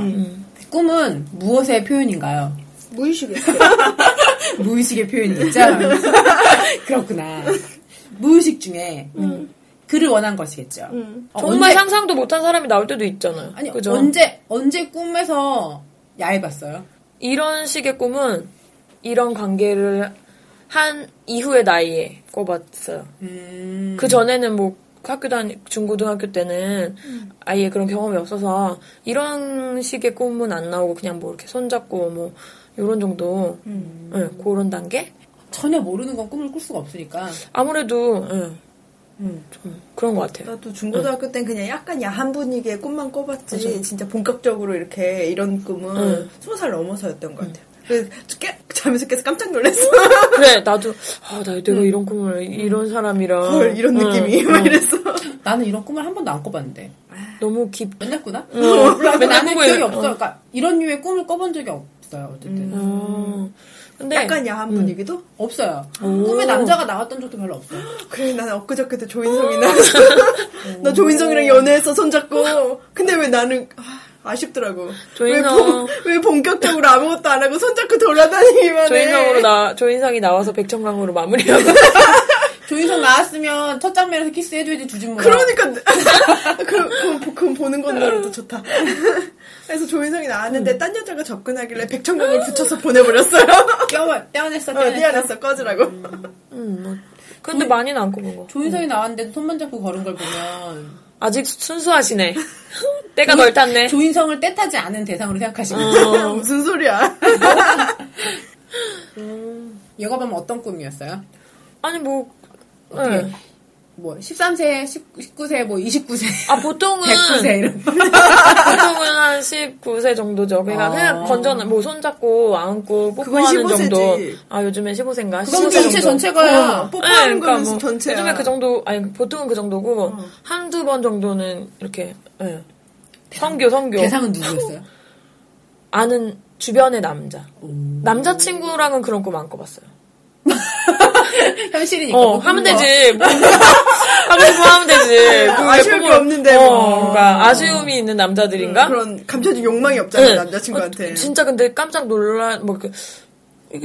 Speaker 3: 그 꿈은 무엇의 표현인가요?
Speaker 2: 무의식이었어.
Speaker 3: 무의식의 표현이겠죠? 그렇구나. 무의식 중에 그를 원한 것이겠죠. 어,
Speaker 1: 정말
Speaker 3: 언제-
Speaker 1: 음. 상상도 못한 사람이 나올 때도 있잖아요.
Speaker 3: 아니,
Speaker 1: 그죠?
Speaker 3: 언제, 언제 꿈에서 야해봤어요?
Speaker 1: 이런 식의 꿈은 이런 관계를 한 이후의 나이에 꼽았어요.
Speaker 3: 음,
Speaker 2: 음.
Speaker 1: 그 전에는 뭐 학교 다니 중고등학교 때는
Speaker 2: 음.
Speaker 1: 아예 그런 경험이 없어서 이런 식의 꿈은 안 나오고 그냥 뭐 이렇게 손잡고 뭐 이런 정도
Speaker 2: 음.
Speaker 1: 예, 그런 단계
Speaker 3: 전혀 모르는 건 꿈을 꿀 수가 없으니까.
Speaker 1: 아무래도 예,
Speaker 2: 음.
Speaker 1: 좀 그런 것 같아요.
Speaker 2: 나도 중고등학교 땐 그냥 약간 야한 분위기의 꿈만 꿔봤지. 진짜 본격적으로 이렇게 이런 꿈은 스무 살 넘어서였던 것 같아. 요 그래서 깨, 자면서 깨서 깜짝 놀랐어. 음.
Speaker 1: 그래, 나도, 아, 나 내가 이런 꿈을, 이런 사람이랑. 예,
Speaker 2: 헐, 이런
Speaker 1: 응,
Speaker 2: 느낌이. 막 이랬어.
Speaker 3: 나는 이런 꿈을 한 번도 안 꿔봤는데.
Speaker 1: 너무 깊,
Speaker 3: 맨날 꾸나?
Speaker 1: 몰라.
Speaker 3: 근데 나는
Speaker 1: 나는 어. 꾸에-
Speaker 3: 기억이 없어. 그러니까 이런 류의 꿈을 꿔본 적이 없어요. 어쨌든
Speaker 1: 어. 근데.
Speaker 2: 음. 약간 야한 분위기도?
Speaker 3: 없어요. 꿈에 남자가 나왔던 적도 별로 없어요.
Speaker 2: 그래, 나는 엊그저께도 조인성이나. 나 조인성이랑 연애해서 손잡고. 근데 왜 나는, 아, 쉽더라고
Speaker 1: 조인성.
Speaker 2: 왜, 본, 왜 본격적으로 아무것도 안 하고 손잡고 돌아다니기만 해.
Speaker 1: 조인성으로 나, 조인성이 나와서 백천강으로 마무리하고.
Speaker 3: 조인성 나왔으면 첫 장면에서 키스해줘야지 주진 뭐야.
Speaker 2: 그러니까 그럼, 그럼, 그럼 보는 것만으로도 좋다. 그래서 조인성이 나왔는데
Speaker 1: 음.
Speaker 2: 딴 여자가 접근하길래 백천공을 붙여서 보내버렸어요.
Speaker 3: 떼어 떼어냈어
Speaker 1: 네.
Speaker 2: 어,
Speaker 3: 떼어냈어.
Speaker 2: 미안했어 꺼지라고.
Speaker 1: 음, 뭐. 근데 많이는 안 꼽은 거.
Speaker 3: 조인성이 나왔는데 손만 잡고 걸은 걸 보면
Speaker 1: 아직 순수하시네. 때가 널 탔네.
Speaker 3: 조인성을 떼타지 않은 대상으로 생각하시면 돼요.
Speaker 1: 어.
Speaker 2: 무슨 소리야?
Speaker 3: 얘가 보면 어떤 꿈이었어요?
Speaker 1: 아니, 뭐. 예.
Speaker 3: 뭐 13세, 19세, 뭐 29세,
Speaker 1: 아, 보통은.
Speaker 3: 100세 이런. 거.
Speaker 1: 보통은 한 19세 정도죠. 그러니까
Speaker 3: 아.
Speaker 1: 그냥 건전, 뭐 손잡고 안고
Speaker 2: 그건
Speaker 1: 뽀뽀하는
Speaker 2: 15세 지.
Speaker 1: 정도. 아, 요즘엔 15세인가?
Speaker 3: 그건
Speaker 1: 15세
Speaker 3: 전체
Speaker 1: 정도. 네,
Speaker 3: 전체가야.
Speaker 2: 어, 뽀뽀하는 거는
Speaker 1: 뭐
Speaker 2: 전체야.
Speaker 1: 요즘에 그 정도, 아니, 보통은 그 정도고, 한두 번 정도는 이렇게, 예. 성교, 성교.
Speaker 3: 대상은 누구였어요?
Speaker 1: 아는 주변의 남자. 남자친구랑은 그런 꿈 안 꿔봤어요.
Speaker 3: 현실이니까.
Speaker 1: 어,
Speaker 3: 뭐
Speaker 1: 하면
Speaker 3: 그런 거.
Speaker 1: 되지. 뭐, 하면 뭐 하면 되지. 그
Speaker 2: 아쉬울
Speaker 1: 예쁜
Speaker 2: 게
Speaker 1: 거-
Speaker 2: 없는데,
Speaker 1: 어,
Speaker 2: 뭐. 음,
Speaker 1: 그러니까 아쉬움이 있는 남자들인가?
Speaker 2: 그런 감춰진 욕망이 없잖아 요
Speaker 1: 네.
Speaker 2: 남자친구한테.
Speaker 1: 어, 진짜 근데 깜짝 놀란 뭐 이렇게,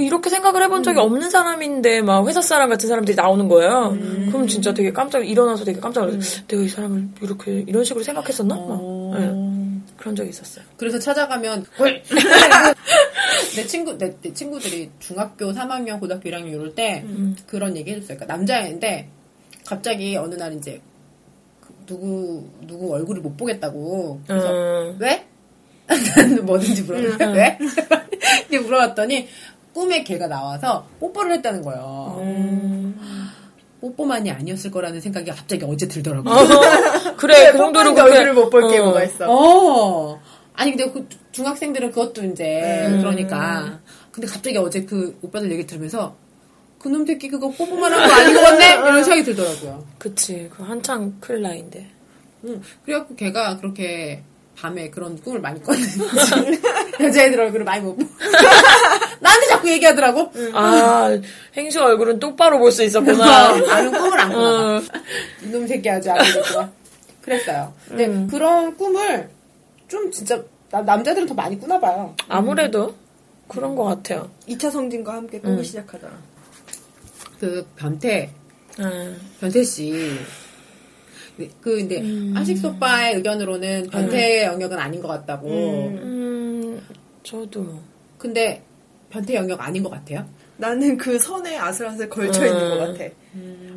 Speaker 1: 이렇게 생각을 해본
Speaker 2: 음.
Speaker 1: 적이 없는 사람인데 막 회사 사람 같은 사람들이 나오는 거예요.
Speaker 2: 음.
Speaker 1: 그럼 진짜 되게 깜짝 일어나서 되게 깜짝 놀랐어요. 내가 이 사람을 이렇게 이런 식으로 생각했었나? 막,
Speaker 2: 어.
Speaker 1: 예. 그런 적이 있었어요.
Speaker 3: 그래서 찾아가면 내 친구 내, 내 친구들이 중학교 3학년 고등학교 1학년 이럴 때 그런 얘기 해줬어요. 그러니까 남자애인데 갑자기 어느 날 이제 그 누구 누구 얼굴을 못 보겠다고 그래서
Speaker 1: 음.
Speaker 3: 왜? 나는 뭐든지 물어봤는데 왜? 이렇게 물어봤더니 꿈에 걔가 나와서 뽀뽀를 했다는 거예요. 뽀뽀만이 아니었을 거라는 생각이 갑자기 어제 들더라고요.
Speaker 1: 그래 그 정도로
Speaker 2: 뽀뽀하는데
Speaker 1: 그렇게
Speaker 2: 네, 얼굴을 못 볼 게
Speaker 1: 어.
Speaker 2: 뭐가 있어.
Speaker 3: 어. 아니 근데 그 중학생들은 그것도 이제 그러니까. 근데 갑자기 어제 그 오빠들 얘기 들으면서 그놈 새끼 그거 뽀뽀만 한 거 아닌 것 같네 이런 생각이 들더라고요.
Speaker 1: 그치 그 한창 클 나인데
Speaker 3: 응. 그래갖고 걔가 그렇게 밤에 그런 꿈을 많이 꿨는지 여자애들 얼굴을 많이 못 보고 나한테 자꾸 얘기하더라고.
Speaker 1: 아 행시 얼굴은 똑바로 볼 수 있었구나.
Speaker 3: 아, 나는 꿈을 안 꾸나
Speaker 1: 어.
Speaker 3: 봐. 음. 이놈 새끼 아주 아무것도 그랬어요. 근데 그런 꿈을 좀 진짜 나- 남자들은 더 많이 꾸나 봐요.
Speaker 1: 아무래도 그런 것 같아요.
Speaker 2: 2차 성진과 함께 꾸기
Speaker 1: 음.
Speaker 2: 시작하다.
Speaker 3: 그 변태
Speaker 1: 예.
Speaker 3: 변태 씨. 네, 그 근데
Speaker 1: 음.
Speaker 3: 한식 오빠의 의견으로는 변태 영역은 아닌 것 같다고.
Speaker 1: 음 저도 뭐.
Speaker 3: 근데 변태 영역 아닌 것 같아요.
Speaker 2: 나는 그 선에 아슬아슬 걸쳐 있는 것
Speaker 1: 음.
Speaker 2: 같아.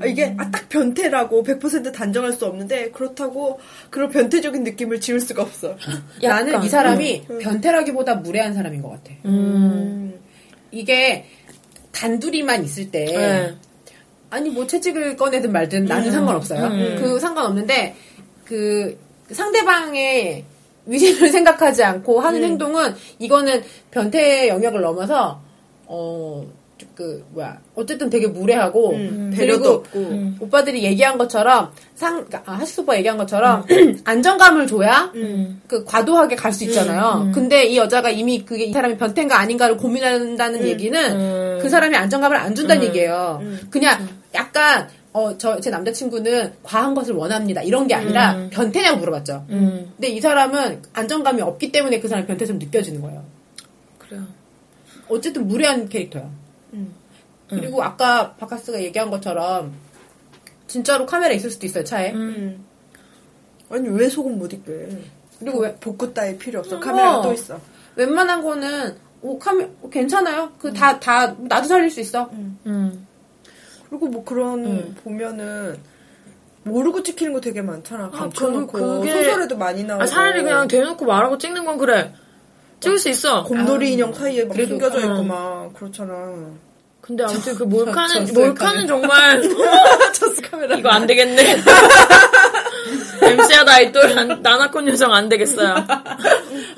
Speaker 2: 아, 이게 아, 딱 변태라고 100% 단정할 수 없는데 그렇다고 그런 변태적인 느낌을 지울 수가 없어.
Speaker 1: 약간. 음.
Speaker 3: 나는 이 사람이 변태라기보다 무례한 사람인 것 같아.
Speaker 2: 음.
Speaker 3: 이게 단둘이만 있을 때
Speaker 1: 예.
Speaker 3: 아니 뭐 채찍을 꺼내든 말든
Speaker 2: 음.
Speaker 3: 나는 상관없어요. 그 상관없는데 그 상대방의 위신을 생각하지 않고 하는
Speaker 2: 음.
Speaker 3: 행동은 이거는 변태의 영역을 넘어서 어그 뭐야 어쨌든 되게 무례하고
Speaker 2: 음,
Speaker 3: 그리고
Speaker 2: 배려도 없고.
Speaker 3: 오빠들이 얘기한 것처럼 상 아, 하식 오빠 얘기한 것처럼
Speaker 2: 음.
Speaker 3: 안정감을 줘야
Speaker 1: 음,
Speaker 3: 그 과도하게 갈 수 있잖아요. 근데 이 여자가 이미 그게 이 사람이 변태인가 아닌가를 고민한다는 얘기는 그 사람이 안정감을 안 준다는 얘기예요. 그냥 약간 어 저 제 남자친구는 과한 것을 원합니다. 이런 게 아니라 변태냐고 물어봤죠.
Speaker 1: 음
Speaker 3: 근데 이 사람은 안정감이 없기 때문에 그 사람이 변태처럼 느껴지는 거예요.
Speaker 1: 그래요.
Speaker 3: 어쨌든 무례한 캐릭터야. 그리고 아까 바카스가 얘기한 것처럼 진짜로 카메라 있을 수도 있어요 차에.
Speaker 1: 음.
Speaker 2: 아니 왜 속옷 못 입게?
Speaker 3: 그리고 왜-
Speaker 2: 복구 따위 필요 없어.
Speaker 3: 어.
Speaker 2: 카메라가 또 있어.
Speaker 3: 웬만한 거는 오 카메 오, 괜찮아요. 그 다 다 나도 살릴 수 있어.
Speaker 1: 음
Speaker 2: 그리고 뭐 그런 보면은 모르고 찍히는 거 되게 많잖아. 감춰놓고
Speaker 1: 그- 그게-
Speaker 2: 소설에도 많이 나오고.
Speaker 1: 아, 차라리 그냥 대놓고 말하고 찍는 건 그래. 찍을 수 있어. 아,
Speaker 2: 곰돌이 인형 사이에 막
Speaker 3: 그래도-
Speaker 2: 숨겨져 있고
Speaker 1: 음.
Speaker 2: 막 그렇잖아.
Speaker 1: 근데 아무튼 그
Speaker 3: 저-
Speaker 1: 몰카는
Speaker 3: 저
Speaker 1: 몰카는 정말 이거 안 되겠네. MC하다 아이돌 안- 나나콘 요정 안 되겠어요.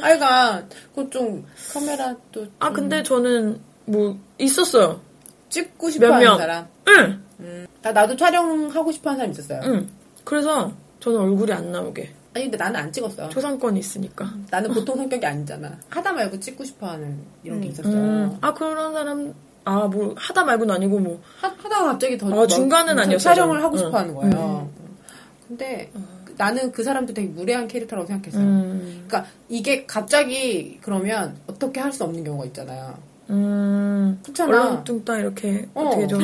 Speaker 3: 아이가 그거 좀 카메라 또
Speaker 1: 아 근데 저는 뭐 있었어요.
Speaker 3: 찍고
Speaker 1: 몇
Speaker 3: 싶어하는
Speaker 1: 명?
Speaker 3: 사람. 음.
Speaker 1: 응,
Speaker 3: 나 나도 촬영하고 싶어하는 사람 있었어요.
Speaker 1: 응. 그래서 저는 얼굴이 안 나오게
Speaker 3: 아니 근데 나는 안 찍었어.
Speaker 1: 초상권이 있으니까.
Speaker 3: 나는 보통 성격이 아니잖아. 하다 말고 찍고 싶어하는 이런 게 있었어.
Speaker 1: 음. 아 그런 사람 아 뭐 하다 말고는 아니고 뭐
Speaker 3: 하, 하다가 갑자기 더
Speaker 1: 아,
Speaker 3: 막
Speaker 1: 중간은
Speaker 3: 엄청
Speaker 1: 아니었어요.
Speaker 3: 촬영을 하고
Speaker 1: 응.
Speaker 3: 싶어하는 거예요. 근데 그- 나는 그 사람도 되게 무례한 캐릭터라고 생각했어요.
Speaker 1: 음.
Speaker 3: 그러니까 이게 갑자기 그러면 어떻게 할 수 없는 경우가 있잖아요.
Speaker 1: 음.
Speaker 3: 그렇잖아.
Speaker 1: 얼렁뚱땅 이렇게
Speaker 3: 어.
Speaker 1: 어. 떻게 좀.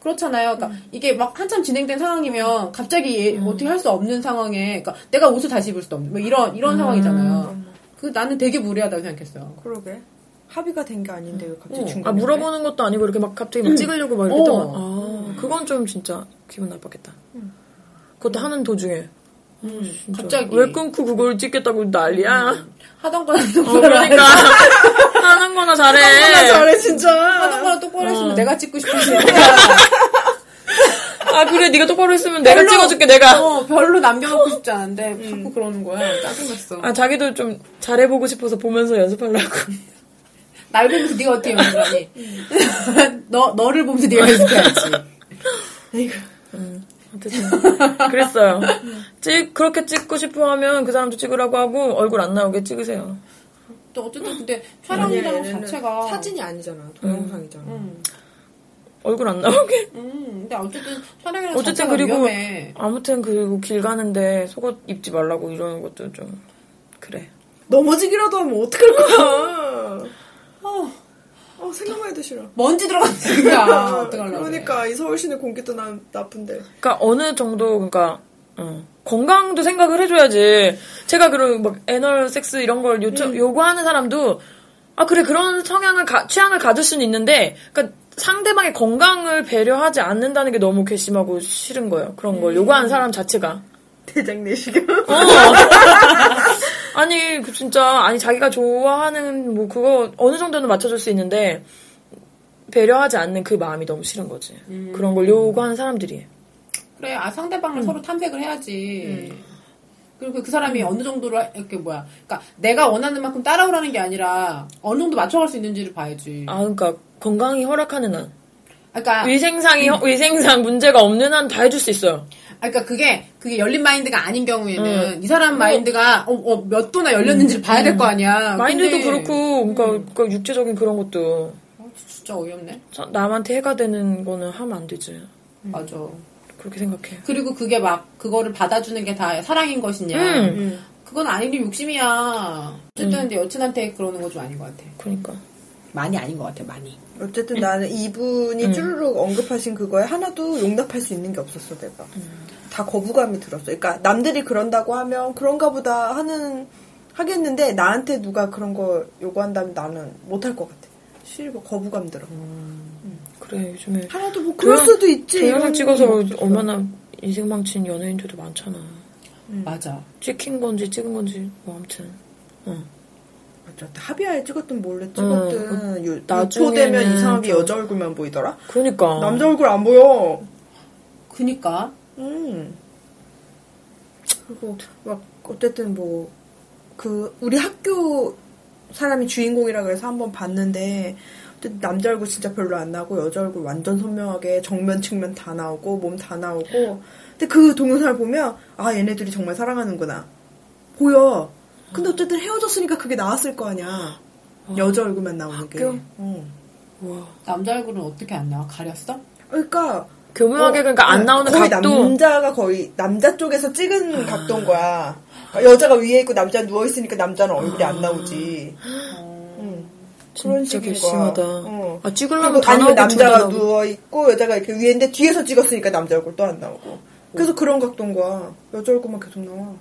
Speaker 3: 그렇잖아요. 그러니까
Speaker 1: 음.
Speaker 3: 이게 막 한참 진행된 상황이면 갑자기 얘 어떻게 할 수 없는 상황에, 그러니까 내가 옷을 다시 입을 수도 없는 뭐 이런
Speaker 1: 음.
Speaker 3: 이런 상황이잖아요. 그 나는 되게 무례하다고 생각했어요.
Speaker 4: 그러게. 합의가 된 게 아닌데 왜 갑자기
Speaker 3: 어.
Speaker 1: 아
Speaker 4: 중간에
Speaker 1: 물어보는 것도 아니고 이렇게 막 갑자기 막 찍으려고 막 이렇게
Speaker 3: 어.
Speaker 1: 했다가 아 그건 좀 진짜 기분 나빴겠다. 그것도 하는 도중에 음. 진짜
Speaker 3: 음. 갑자기 음.
Speaker 1: 왜 끊고 그걸 찍겠다고 난리야.
Speaker 3: 하던 거랑
Speaker 1: 어,
Speaker 3: 똑바로 안
Speaker 1: 그러니까
Speaker 3: 했어.
Speaker 1: 하는 거나 잘해.
Speaker 4: 나
Speaker 3: 네.
Speaker 4: 잘해
Speaker 3: 하던
Speaker 4: 진짜.
Speaker 3: 거랑
Speaker 1: 어.
Speaker 3: 똑바로 했으면 내가 찍고 싶은데
Speaker 1: 아 그래 네가 똑바로 했으면 내가
Speaker 3: 별로-
Speaker 1: 찍어줄게 내가. 음.
Speaker 3: 어, 별로 남겨놓고 싶지 않은데 자꾸 그러는 거야. 짜증났어.
Speaker 1: 아 자기도 좀 잘해보고 싶어서 보면서 연습하려고.
Speaker 3: 날 보면서 네가 어떻게 연습을 하니?
Speaker 1: 음.
Speaker 3: 너 너를 보면서 네가 연습해야지.
Speaker 1: 어쨌든 그랬어요. 찍 그렇게 찍고 싶어하면 그 사람도 찍으라고 하고 얼굴 안 나오게 찍으세요.
Speaker 3: 또 어쨌든 근데 촬영이라는
Speaker 2: 얘네는
Speaker 3: 자체가
Speaker 2: 사진이 아니잖아. 동영상이잖아.
Speaker 3: 음,
Speaker 1: 얼굴 안 나오게.
Speaker 3: 음, 근데 어쨌든 촬영이라는
Speaker 1: 어쨌든
Speaker 3: 자체가
Speaker 1: 그리고
Speaker 3: 위험해.
Speaker 1: 아무튼 그리고 길 가는데 속옷 입지 말라고 이러는 것도 좀 그래.
Speaker 2: 넘어지기라도 하면 어떡할 거야. 어, 생각만 해도 싫어.
Speaker 3: 먼지 아, 들어갔으니까 어떡하려고 그래.
Speaker 2: 그러니까 이 서울시내 공기도 나, 나쁜데.
Speaker 1: 그러니까 어느 정도 그러니까 어, 건강도 생각을 해줘야지. 제가 그런 막 애널 섹스 이런 걸 요청 요구하는 사람도 아 그래 그런 성향을 가- 취향을 가질 수는 있는데 그러니까 상대방의 건강을 배려하지 않는다는 게 너무 괘씸하고 싫은 거예요. 그런 걸 요구하는 사람 자체가.
Speaker 2: 대장 내시경.
Speaker 1: 아니 그 진짜 아니 자기가 좋아하는 뭐 그거 어느 정도는 맞춰줄 수 있는데 배려하지 않는 그 마음이 너무 싫은 거지. 그런 걸 요구하는 사람들이.
Speaker 3: 그래, 아
Speaker 1: 음.
Speaker 3: 상대방을 서로 탐색을 해야지. 그리고 그 사람이 어느 정도로 하- 이렇게 뭐야, 그러니까 내가 원하는 만큼 따라오라는 게 아니라 어느 정도 맞춰갈 수 있는지를 봐야지.
Speaker 1: 아 그러니까 건강이 허락하는 한.
Speaker 3: 그러니까
Speaker 1: 위생상이 허- 위생상 문제가 없는 한 다 해줄 수 있어요.
Speaker 3: 아, 그러니까 그게 그게 열린 마인드가 아닌 경우에는
Speaker 1: 음.
Speaker 3: 이 사람
Speaker 1: 뭐
Speaker 3: 마인드가 어, 어, 몇 도나 열렸는지를 봐야 될 거 아니야.
Speaker 1: 마인드도
Speaker 3: 근데-
Speaker 1: 그렇고, 그러니까, 그러니까 육체적인 그런 것도
Speaker 3: 어, 진짜 어이없네.
Speaker 1: 사- 남한테 해가 되는 거는 하면 안 되지.
Speaker 3: 맞아.
Speaker 1: 그렇게 생각해요.
Speaker 3: 그리고 그게 막 그거를 받아주는 게 다 사랑인 것이냐.
Speaker 1: 음.
Speaker 3: 그건 아니고 욕심이야. 어쨌든 근데 여친한테 그러는 건 좀 아닌 것 같아.
Speaker 1: 그러니까
Speaker 3: 많이 아닌 것 같아. 많이.
Speaker 2: 어쨌든
Speaker 1: 음.
Speaker 2: 나는 이분이 쭈루룩 언급하신 그거에 하나도 용납할 수 있는 게 없었어, 내가.
Speaker 1: 음.
Speaker 2: 다 거부감이 들었어. 그러니까 남들이 그런다고 하면 그런가 보다 하는, 하겠는데 나한테 누가 그런 거 요구한다면 나는 못할 것 같아. 실버 거부감 들어.
Speaker 1: 음. 그래 요즘에
Speaker 2: 하나도 뭐 그럴 수도 있지.
Speaker 1: 동영상
Speaker 2: 이런
Speaker 1: 찍어서
Speaker 2: 건 없었어.
Speaker 1: 얼마나 인생 망친 연예인들도 많잖아.
Speaker 3: 맞아.
Speaker 1: 찍힌 건지 찍은 건지 뭐 아무튼. 어.
Speaker 2: 맞아. 합의하에 찍었든 몰래 찍었든 요,
Speaker 1: 그 나중에는
Speaker 2: 유포되면 이상하게
Speaker 1: 좀-
Speaker 2: 여자 얼굴만 보이더라.
Speaker 1: 그러니까.
Speaker 2: 남자 얼굴 안 보여.
Speaker 3: 그니까.
Speaker 2: 음. 그리고 막 어쨌든 뭐 그 우리 학교 사람이 주인공이라 그래서 한번 봤는데 어쨌든 남자 얼굴 진짜 별로 안 나고 여자 얼굴 완전 선명하게 정면 측면 다 나오고 몸 다 나오고 근데 그 동영상을 보면 아 얘네들이 정말 사랑하는구나 보여 근데 어쨌든 헤어졌으니까 그게 나왔을 거 아니야 여자 얼굴만 나오는 게
Speaker 1: 학교?
Speaker 2: 어.
Speaker 1: 와.
Speaker 3: 남자 얼굴은 어떻게 안 나와? 가렸어?
Speaker 2: 그러니까
Speaker 1: 교묘하게 그러니까 안 나오는
Speaker 2: 어, 거의
Speaker 1: 각도.
Speaker 2: 남자가 거의 남자 쪽에서 찍은 각도인 거야. 그러니까 여자가 위에 있고 남자는 누워 있으니까 남자는 얼굴이 안 나오지. 응.
Speaker 1: 진짜
Speaker 2: 그런 식인
Speaker 1: 괘씸하다.
Speaker 2: 거야. 응.
Speaker 1: 아
Speaker 2: 그리고
Speaker 1: 찍으려면 다
Speaker 2: 아니면 어.
Speaker 1: 나오고 둘다
Speaker 2: 남자가
Speaker 1: 나오고.
Speaker 2: 누워 있고 여자가 이렇게 위에인데 뒤에서 찍었으니까 남자 얼굴 또 안 나오고. 그래서 그런 각도인 거야. 여자 얼굴만 계속 나와.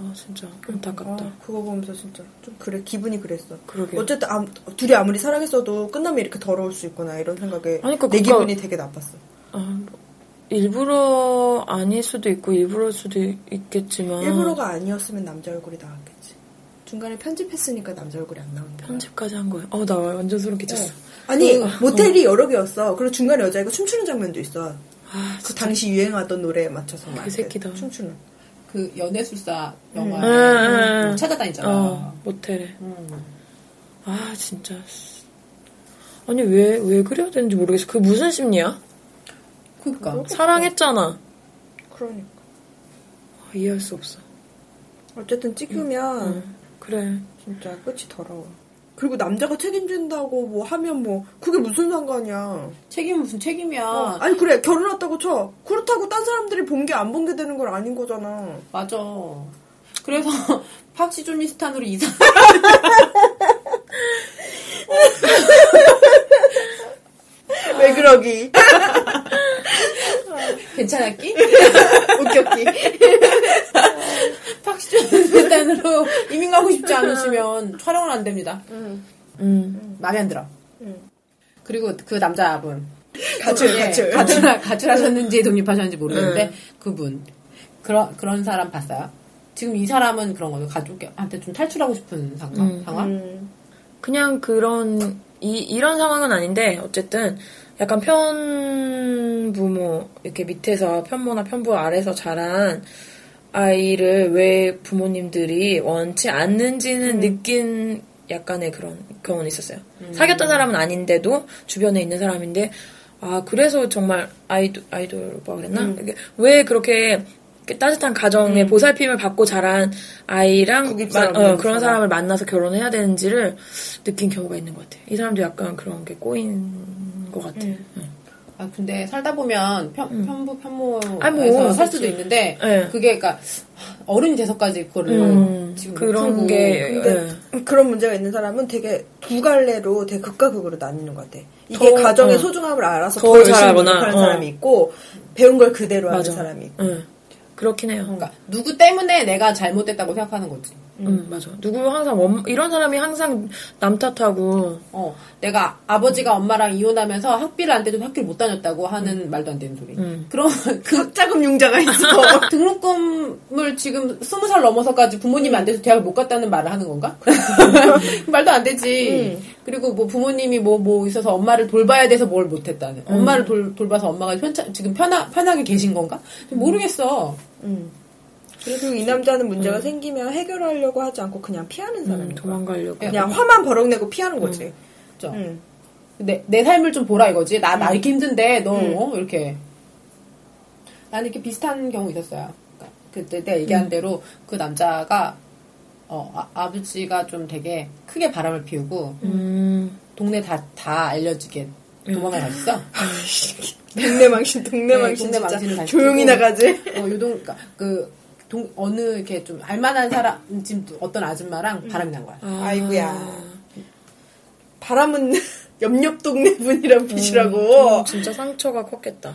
Speaker 1: 아 진짜 안타깝다.
Speaker 2: 아, 그거 보면서 진짜 좀 그래 기분이 그랬어.
Speaker 1: 그러게.
Speaker 2: 어쨌든 아무- 둘이 아무리 사랑했어도 끝나면 이렇게 더러울 수 있구나 이런 생각에
Speaker 1: 아니, 그러니까
Speaker 2: 내
Speaker 1: 그거-
Speaker 2: 기분이 되게 나빴어.
Speaker 1: 아, 뭐, 일부러 아닐 수도 있고 일부러일 수도 있겠지만
Speaker 2: 일부러가 아니었으면 남자 얼굴이 나왔겠지. 중간에 편집했으니까 남자 얼굴이 안 나온다.
Speaker 1: 편집까지 한 거예요. 어, 나 완전 소름 끼쳤어.
Speaker 2: 아니 모텔이 여러 개였어. 그리고 중간에 여자애가 춤추는 장면도 있어.
Speaker 1: 아,
Speaker 2: 그 당시 유행하던 노래에 맞춰서 막
Speaker 1: 그 새끼다.
Speaker 2: 춤추는.
Speaker 3: 그 연애술사 영화
Speaker 1: 음, 음.
Speaker 3: 찾아다니잖아.
Speaker 1: 어, 모텔에.
Speaker 3: 음.
Speaker 1: 아, 진짜. 아니, 왜, 왜 그래야 되는지 모르겠어. 그게 무슨 심리야?
Speaker 3: 그니까.
Speaker 1: 사랑했잖아.
Speaker 2: 그러니까.
Speaker 1: 아, 이해할 수 없어.
Speaker 2: 어쨌든 찍으면
Speaker 1: 그래.
Speaker 2: 진짜 끝이 더러워. 그리고 남자가 책임진다고 뭐 하면 뭐 그게 무슨 상관이야.
Speaker 3: 책임은 무슨 책임이야.
Speaker 2: 아니 그래 결혼했다고 쳐. 그렇다고 딴 사람들이 본 게 안 본 게 되는 건 아닌 거잖아.
Speaker 3: 맞아. 그래서 팍시 존니스탄으로 이사.
Speaker 2: 왜 그러기?
Speaker 3: 괜찮았기?
Speaker 2: 웃겼기.
Speaker 3: 팍시 존니스탄으로 이민 가고 싶지 않으시면 촬영은 안 됩니다.
Speaker 1: 음.
Speaker 3: 마음에 안 들어. 그리고 그 남자분.
Speaker 2: 가출,
Speaker 3: 예,
Speaker 2: 가출.
Speaker 3: 가출, 가출하셨는지 독립하셨는지 모르겠는데,
Speaker 1: 네.
Speaker 3: 그분. 그런, 그런 사람 봤어요. 지금 이 사람은 그런 거죠. 가족한테 좀 탈출하고 싶은 상황?
Speaker 1: 음,
Speaker 3: 상황?
Speaker 2: 음.
Speaker 1: 그냥 그런, 이, 이런 상황은 아닌데, 어쨌든, 약간 편부모, 이렇게 밑에서, 편모나 편부 아래서 자란 아이를 왜 부모님들이 원치 않는지는
Speaker 2: 음.
Speaker 1: 느낀 약간의 그런 경우는 있었어요. 사귀었던 사람은 아닌데도, 주변에 있는 사람인데, 아, 그래서 정말 아이돌, 아이돌 오빠 그랬나?
Speaker 2: 음.
Speaker 1: 이게 왜 그렇게, 이렇게 따뜻한 가정의 보살핌을 받고 자란 아이랑
Speaker 2: 고깃사람
Speaker 1: 마- 어,
Speaker 2: 보는
Speaker 1: 그런
Speaker 2: 사람.
Speaker 1: 사람을 만나서 결혼해야 되는지를 느낀 경우가 있는 것 같아요. 이 사람도 약간 그런 게 꼬인 것 같아요. 응.
Speaker 3: 아, 근데 살다 보면 편, 편부,
Speaker 1: 음. 아니,
Speaker 3: 편모에서
Speaker 1: 뭐,
Speaker 3: 살 수도 있는데,
Speaker 1: 네.
Speaker 3: 그게 그니까, 어른이 돼서까지 그거를
Speaker 1: 음,
Speaker 3: 지금 못
Speaker 1: 그런
Speaker 3: 풀고
Speaker 1: 게
Speaker 2: 어, 근데
Speaker 1: 예.
Speaker 2: 그런 문제가 있는 사람은 되게 두 갈래로 되게 극과 극으로 나뉘는 것 같아. 이게
Speaker 1: 더,
Speaker 2: 가정의
Speaker 1: 어.
Speaker 2: 소중함을 알아서
Speaker 1: 더
Speaker 2: 더 열심히
Speaker 1: 잘하거나,
Speaker 2: 노력하는
Speaker 1: 어.
Speaker 2: 사람이 있고 배운 걸 그대로 하는
Speaker 1: 맞아.
Speaker 2: 사람이 있고.
Speaker 1: 응. 그렇긴 해요.
Speaker 3: 그러니까 누구 때문에 내가 잘못됐다고 생각하는 거지.
Speaker 1: 음. 맞아. 누구 항상 원- 이런 사람이 항상 남 탓하고
Speaker 3: 어, 내가 아버지가 엄마랑 이혼하면서 학비를 안 대줘서 학교를 못 다녔다고 하는
Speaker 1: 음.
Speaker 3: 말도 안 되는 소리. 그럼 그
Speaker 2: 학자금 융자가 있어.
Speaker 3: 등록금을 지금 스무 살 넘어서까지 부모님이 안 돼서 대학을 못 갔다는 말을 하는 건가? 말도 안 되지. 그리고 뭐 부모님이 뭐 뭐 있어서 엄마를 돌봐야 돼서 뭘 못했다는. 엄마를 돌, 돌봐서 엄마가 편차, 지금 편하, 편하게 계신 건가? 모르겠어.
Speaker 2: 음. 그리고 이 남자는 문제가
Speaker 1: 음.
Speaker 2: 생기면 해결하려고 하지 않고 그냥 피하는 사람인 거야.
Speaker 1: 도망가려고.
Speaker 2: 그냥 화만 버럭내고 피하는 거지.
Speaker 1: 어.
Speaker 3: 그죠?
Speaker 2: 음.
Speaker 3: 내, 내 삶을 좀 보라 이거지. 나, 나 이렇게 힘든데, 너, 어? 이렇게. 나는 이렇게 비슷한 경우 있었어요. 그러니까 그때 내가 얘기한 대로 그 남자가, 어, 아, 버지가좀 되게 크게 바람을 피우고,
Speaker 1: 음.
Speaker 3: 동네 다, 다 알려지게 도망을 갔어.
Speaker 1: 아,
Speaker 2: 동네 망신, 동네
Speaker 3: 네,
Speaker 2: 망신
Speaker 3: 동네
Speaker 2: 진짜
Speaker 3: 망신을 다시
Speaker 2: 조용히
Speaker 3: 쓰고.
Speaker 2: 나가지.
Speaker 3: 어, 요동, 그니까, 그, 동, 어느, 이렇게 좀 알만한 사람, 지금 어떤 아줌마랑 바람이 난
Speaker 2: 음.
Speaker 3: 거야.
Speaker 1: 아.
Speaker 2: 아이고야. 바람은 옆옆 동네
Speaker 3: 음,
Speaker 2: 분이랑 비시라고.
Speaker 1: 어, 진짜 상처가 컸겠다.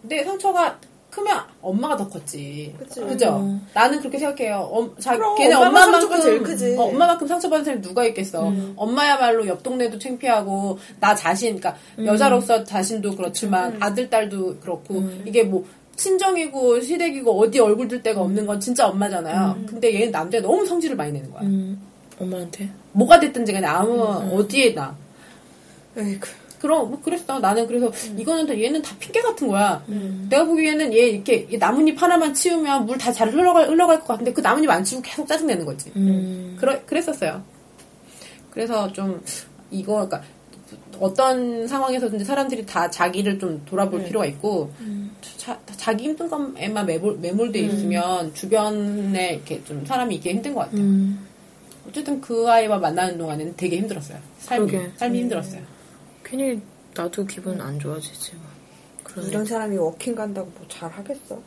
Speaker 3: 근데 상처가 크면 엄마가 더 컸지.
Speaker 2: 그치. 음.
Speaker 3: 그죠? 나는 그렇게 생각해요. 엄, 자,
Speaker 2: 그럼,
Speaker 3: 걔는
Speaker 2: 엄마가
Speaker 3: 엄마만큼,
Speaker 2: 상처가 제일 크지. 음.
Speaker 3: 어, 엄마만큼 상처받은 사람이 누가 있겠어. 엄마야말로 옆 동네도 창피하고, 나 자신, 그러니까
Speaker 2: 음.
Speaker 3: 여자로서 자신도 그렇지만, 아들, 딸도 그렇고,
Speaker 2: 음.
Speaker 3: 이게 뭐, 친정이고, 시댁이고, 어디 얼굴 들 데가 없는 건 진짜 엄마잖아요.
Speaker 2: 음.
Speaker 3: 근데 얘는 남자에 너무 성질을 많이 내는 거야.
Speaker 1: 음. 엄마한테.
Speaker 3: 뭐가 됐든지 간에 아무,
Speaker 2: 음.
Speaker 3: 어디에나.
Speaker 2: 에이구.
Speaker 3: 그럼 뭐 그랬어. 나는 그래서
Speaker 1: 음.
Speaker 3: 이거는 다 얘는 다 핑계 같은 거야. 내가 보기에는 얘 이렇게 이 나뭇잎 하나만 치우면 물 다 잘 흘러갈 흘러갈 것 같은데 그 나뭇잎 안 치우고 계속 짜증 내는 거지.
Speaker 1: 음.
Speaker 3: 그러, 그랬었어요. 그래서 좀 이거 그러니까 어떤 상황에서든지 사람들이 다 자기를 좀 돌아볼
Speaker 1: 네.
Speaker 3: 필요가 있고
Speaker 1: 음.
Speaker 3: 자, 다 자기 힘든 것에만 매몰, 매몰돼 있으면 주변에 이렇게 좀 사람이 있기 힘든 것 같아요.
Speaker 1: 음.
Speaker 3: 어쨌든 그 아이와 만나는 동안에는 되게 힘들었어요. 삶이
Speaker 1: 그러게. 음.
Speaker 3: 삶이 힘들었어요.
Speaker 1: 괜히 나도 기분 안 좋아지지. 뭐. 그런
Speaker 2: 이런 사람이 워킹 간다고 뭐 잘 하겠어?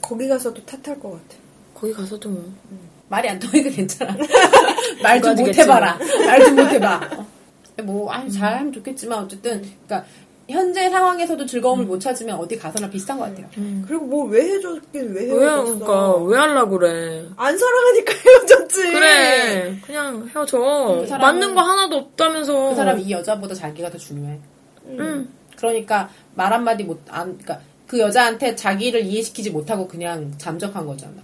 Speaker 2: 거기 가서도 탓할 것 같아.
Speaker 1: 거기 가서도 뭐.
Speaker 3: 말이 안 통하니까 괜찮아. 말 좀
Speaker 1: 도와주겠지,
Speaker 3: 못해봐라. 말 좀 못해봐. 어. 뭐, 아니, 잘하면 좋겠지만, 어쨌든, 그니까, 현재 상황에서도 즐거움을 못 찾으면 어디 가서나 비슷한 것 같아요.
Speaker 2: 그리고 뭘 왜 해줬긴
Speaker 1: 왜,
Speaker 2: 왜 네, 해줬어?
Speaker 1: 그러니까, 왜 하려고 그래.
Speaker 2: 안 사랑하니까 헤어졌지.
Speaker 1: 네. 그래. 그냥 헤어져.
Speaker 3: 그 사람은-
Speaker 1: 맞는 거 하나도 없다면서.
Speaker 3: 그 사람이 이 여자보다 자기가 더 중요해.
Speaker 1: 응.
Speaker 3: 그러니까, 말 한마디 못, 안, 그니까, 그 여자한테 자기를 이해시키지 못하고 그냥 잠적한 거잖아.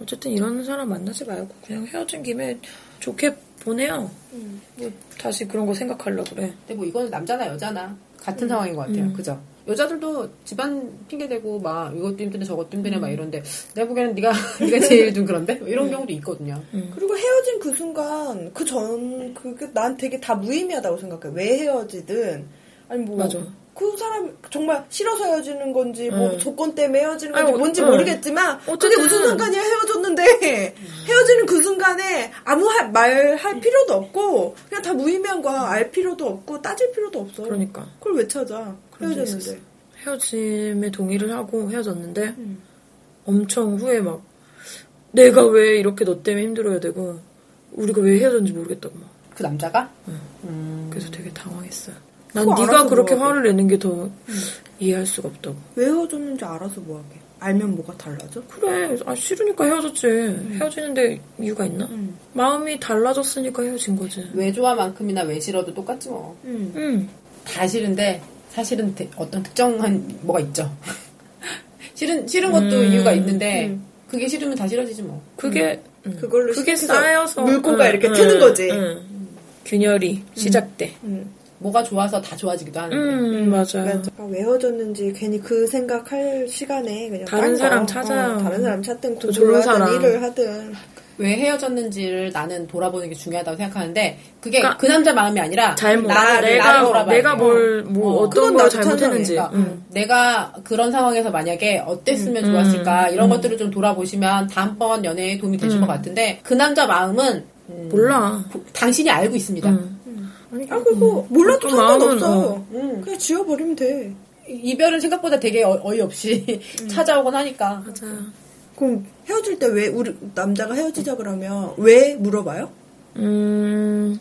Speaker 1: 어쨌든 이런 사람 만나지 말고 그냥 헤어진 김에 좋게 보내요. 뭐 다시 그런 거 생각하려고 그래. 음.
Speaker 3: 근데 뭐, 이거는 남자나 여자나 같은 상황인 것 같아요. 그죠? 여자들도 집안 핑계 대고 막 이것도 힘드네 저것도 힘드네
Speaker 1: 음.
Speaker 3: 막 이런데 내 보기에는 네가 네가 제일 좀 그런데 뭐 이런 경우도 있거든요.
Speaker 2: 그리고 헤어진 그 순간 그 전 그게 난 되게 다 무의미하다고 생각해. 왜 헤어지든 아니 뭐.
Speaker 1: 맞아.
Speaker 2: 그 사람 정말 싫어서 헤어지는 건지 뭐
Speaker 1: 음.
Speaker 2: 조건 때문에 헤어지는
Speaker 1: 아니,
Speaker 2: 건지
Speaker 1: 어,
Speaker 2: 뭔지
Speaker 1: 음.
Speaker 2: 모르겠지만 그게
Speaker 1: 어쨌든.
Speaker 2: 무슨 상관이야 헤어졌는데 헤어지는 그 순간에 아무 할- 말할 필요도 없고 그냥 다 무의미한 거야 알 필요도 없고 따질 필요도 없어
Speaker 1: 그러니까.
Speaker 2: 그걸 왜 찾아
Speaker 1: 그런 적
Speaker 2: 헤어졌는데
Speaker 1: 헤어짐에 동의를 하고 헤어졌는데 엄청 후에 막 내가 왜 이렇게 너 때문에 힘들어야 되고 우리가 왜 헤어졌는지 모르겠다고 막
Speaker 3: 그 남자가 음.
Speaker 1: 그래서 되게 당황했어요. 난
Speaker 2: 그거
Speaker 1: 네가
Speaker 2: 알아서
Speaker 1: 그렇게
Speaker 2: 뭐하고.
Speaker 1: 화를 내는 게 더 이해할 수가 없다고.
Speaker 2: 왜 헤어졌는지 알아서 뭐하게 알면 뭐가 달라져
Speaker 1: 그래, 아 싫으니까 헤어졌지.
Speaker 2: 음.
Speaker 1: 헤어지는데 이유가 있나? 마음이 달라졌으니까 헤어진 거지.
Speaker 3: 왜 좋아만큼이나 왜 싫어도 똑같지 뭐.
Speaker 1: 음,
Speaker 3: 다 싫은데 사실은 대- 어떤 특정한 뭐가 있죠. 싫은 싫은 것도 이유가 있는데 그게 싫으면 다 싫어지지 뭐.
Speaker 1: 그게 음.
Speaker 2: 그걸로
Speaker 1: 그게
Speaker 2: 시작해서
Speaker 1: 쌓여서
Speaker 2: 물고가
Speaker 1: 음,
Speaker 2: 이렇게
Speaker 1: 음,
Speaker 2: 트는 거지 음.
Speaker 1: 음. 균열이 시작돼.
Speaker 3: 뭐가 좋아서 다 좋아지기도 하는데.
Speaker 1: 음, 맞아요.
Speaker 2: 맞아. 아, 왜 헤어졌는지 괜히 그 생각할 시간에 그냥
Speaker 1: 다른
Speaker 2: 딴 거.
Speaker 1: 사람 찾아요.
Speaker 2: 어, 다른 사람 찾든
Speaker 1: 또
Speaker 2: 공부를
Speaker 1: 좋은
Speaker 2: 하든
Speaker 1: 사람.
Speaker 2: 일을 하든
Speaker 3: 왜 헤어졌는지를 나는 돌아보는 게 중요하다고 생각하는데 그게
Speaker 1: 그러니까
Speaker 3: 그 남자 마음이 아니라 뭐,
Speaker 1: 잘못
Speaker 3: 나, 나를
Speaker 1: 내가
Speaker 3: 돌아봐야
Speaker 1: 내가
Speaker 3: 돼요.
Speaker 1: 뭘 뭐 어,
Speaker 3: 어. 그러니까
Speaker 1: 떤
Speaker 2: 그건
Speaker 1: 걸
Speaker 2: 나도
Speaker 1: 잘못했는지
Speaker 2: 찬성해.
Speaker 1: 음.
Speaker 3: 내가 그런 상황에서 만약에 어땠으면 좋았을까 이런 것들을 좀 돌아보시면 음. 다음번 연애에 도움이 되실 것 같은데 그 남자 마음은 음,
Speaker 1: 몰라.
Speaker 3: 보- 당신이 알고 있습니다.
Speaker 2: 아 그거 몰라도
Speaker 1: 또 마음은,
Speaker 2: 상관없어
Speaker 1: 어.
Speaker 3: 음.
Speaker 2: 그냥 지워버리면 돼
Speaker 3: 이별은 생각보다 되게 어, 어이없이 찾아오곤 하니까
Speaker 1: 맞아요.
Speaker 2: 그럼 헤어질 때 왜 우리 남자가 헤어지자 그러면 왜 물어봐요?
Speaker 1: 음,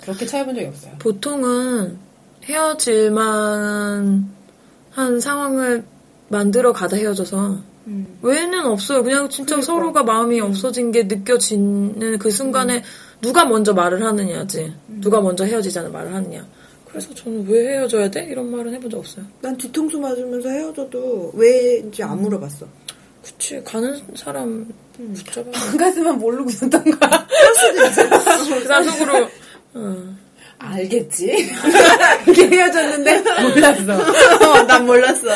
Speaker 3: 그렇게 차여본 적이 없어요.
Speaker 1: 보통은 헤어질만 한 상황을 만들어 가다 헤어져서 왜는 없어요. 그냥 진짜 서로가 마음이 없어진 게 느껴지는 그 순간에 누가 먼저 말을 하느냐지. 누가 먼저 헤어지자는 말을 하느냐. 그래서 저는 왜 헤어져야 돼? 이런 말은 해본 적 없어요.
Speaker 2: 난 뒤통수 맞으면서 헤어져도 왜인지 안 물어봤어
Speaker 1: 그치, 가는 사람 붙잡아.
Speaker 3: 안 갔으면 그 모르고 있었던 거야.
Speaker 1: 그 사람 속으로. 음.
Speaker 3: 알겠지. 이게 헤어졌는데 몰랐어.
Speaker 2: 어, 난 몰랐어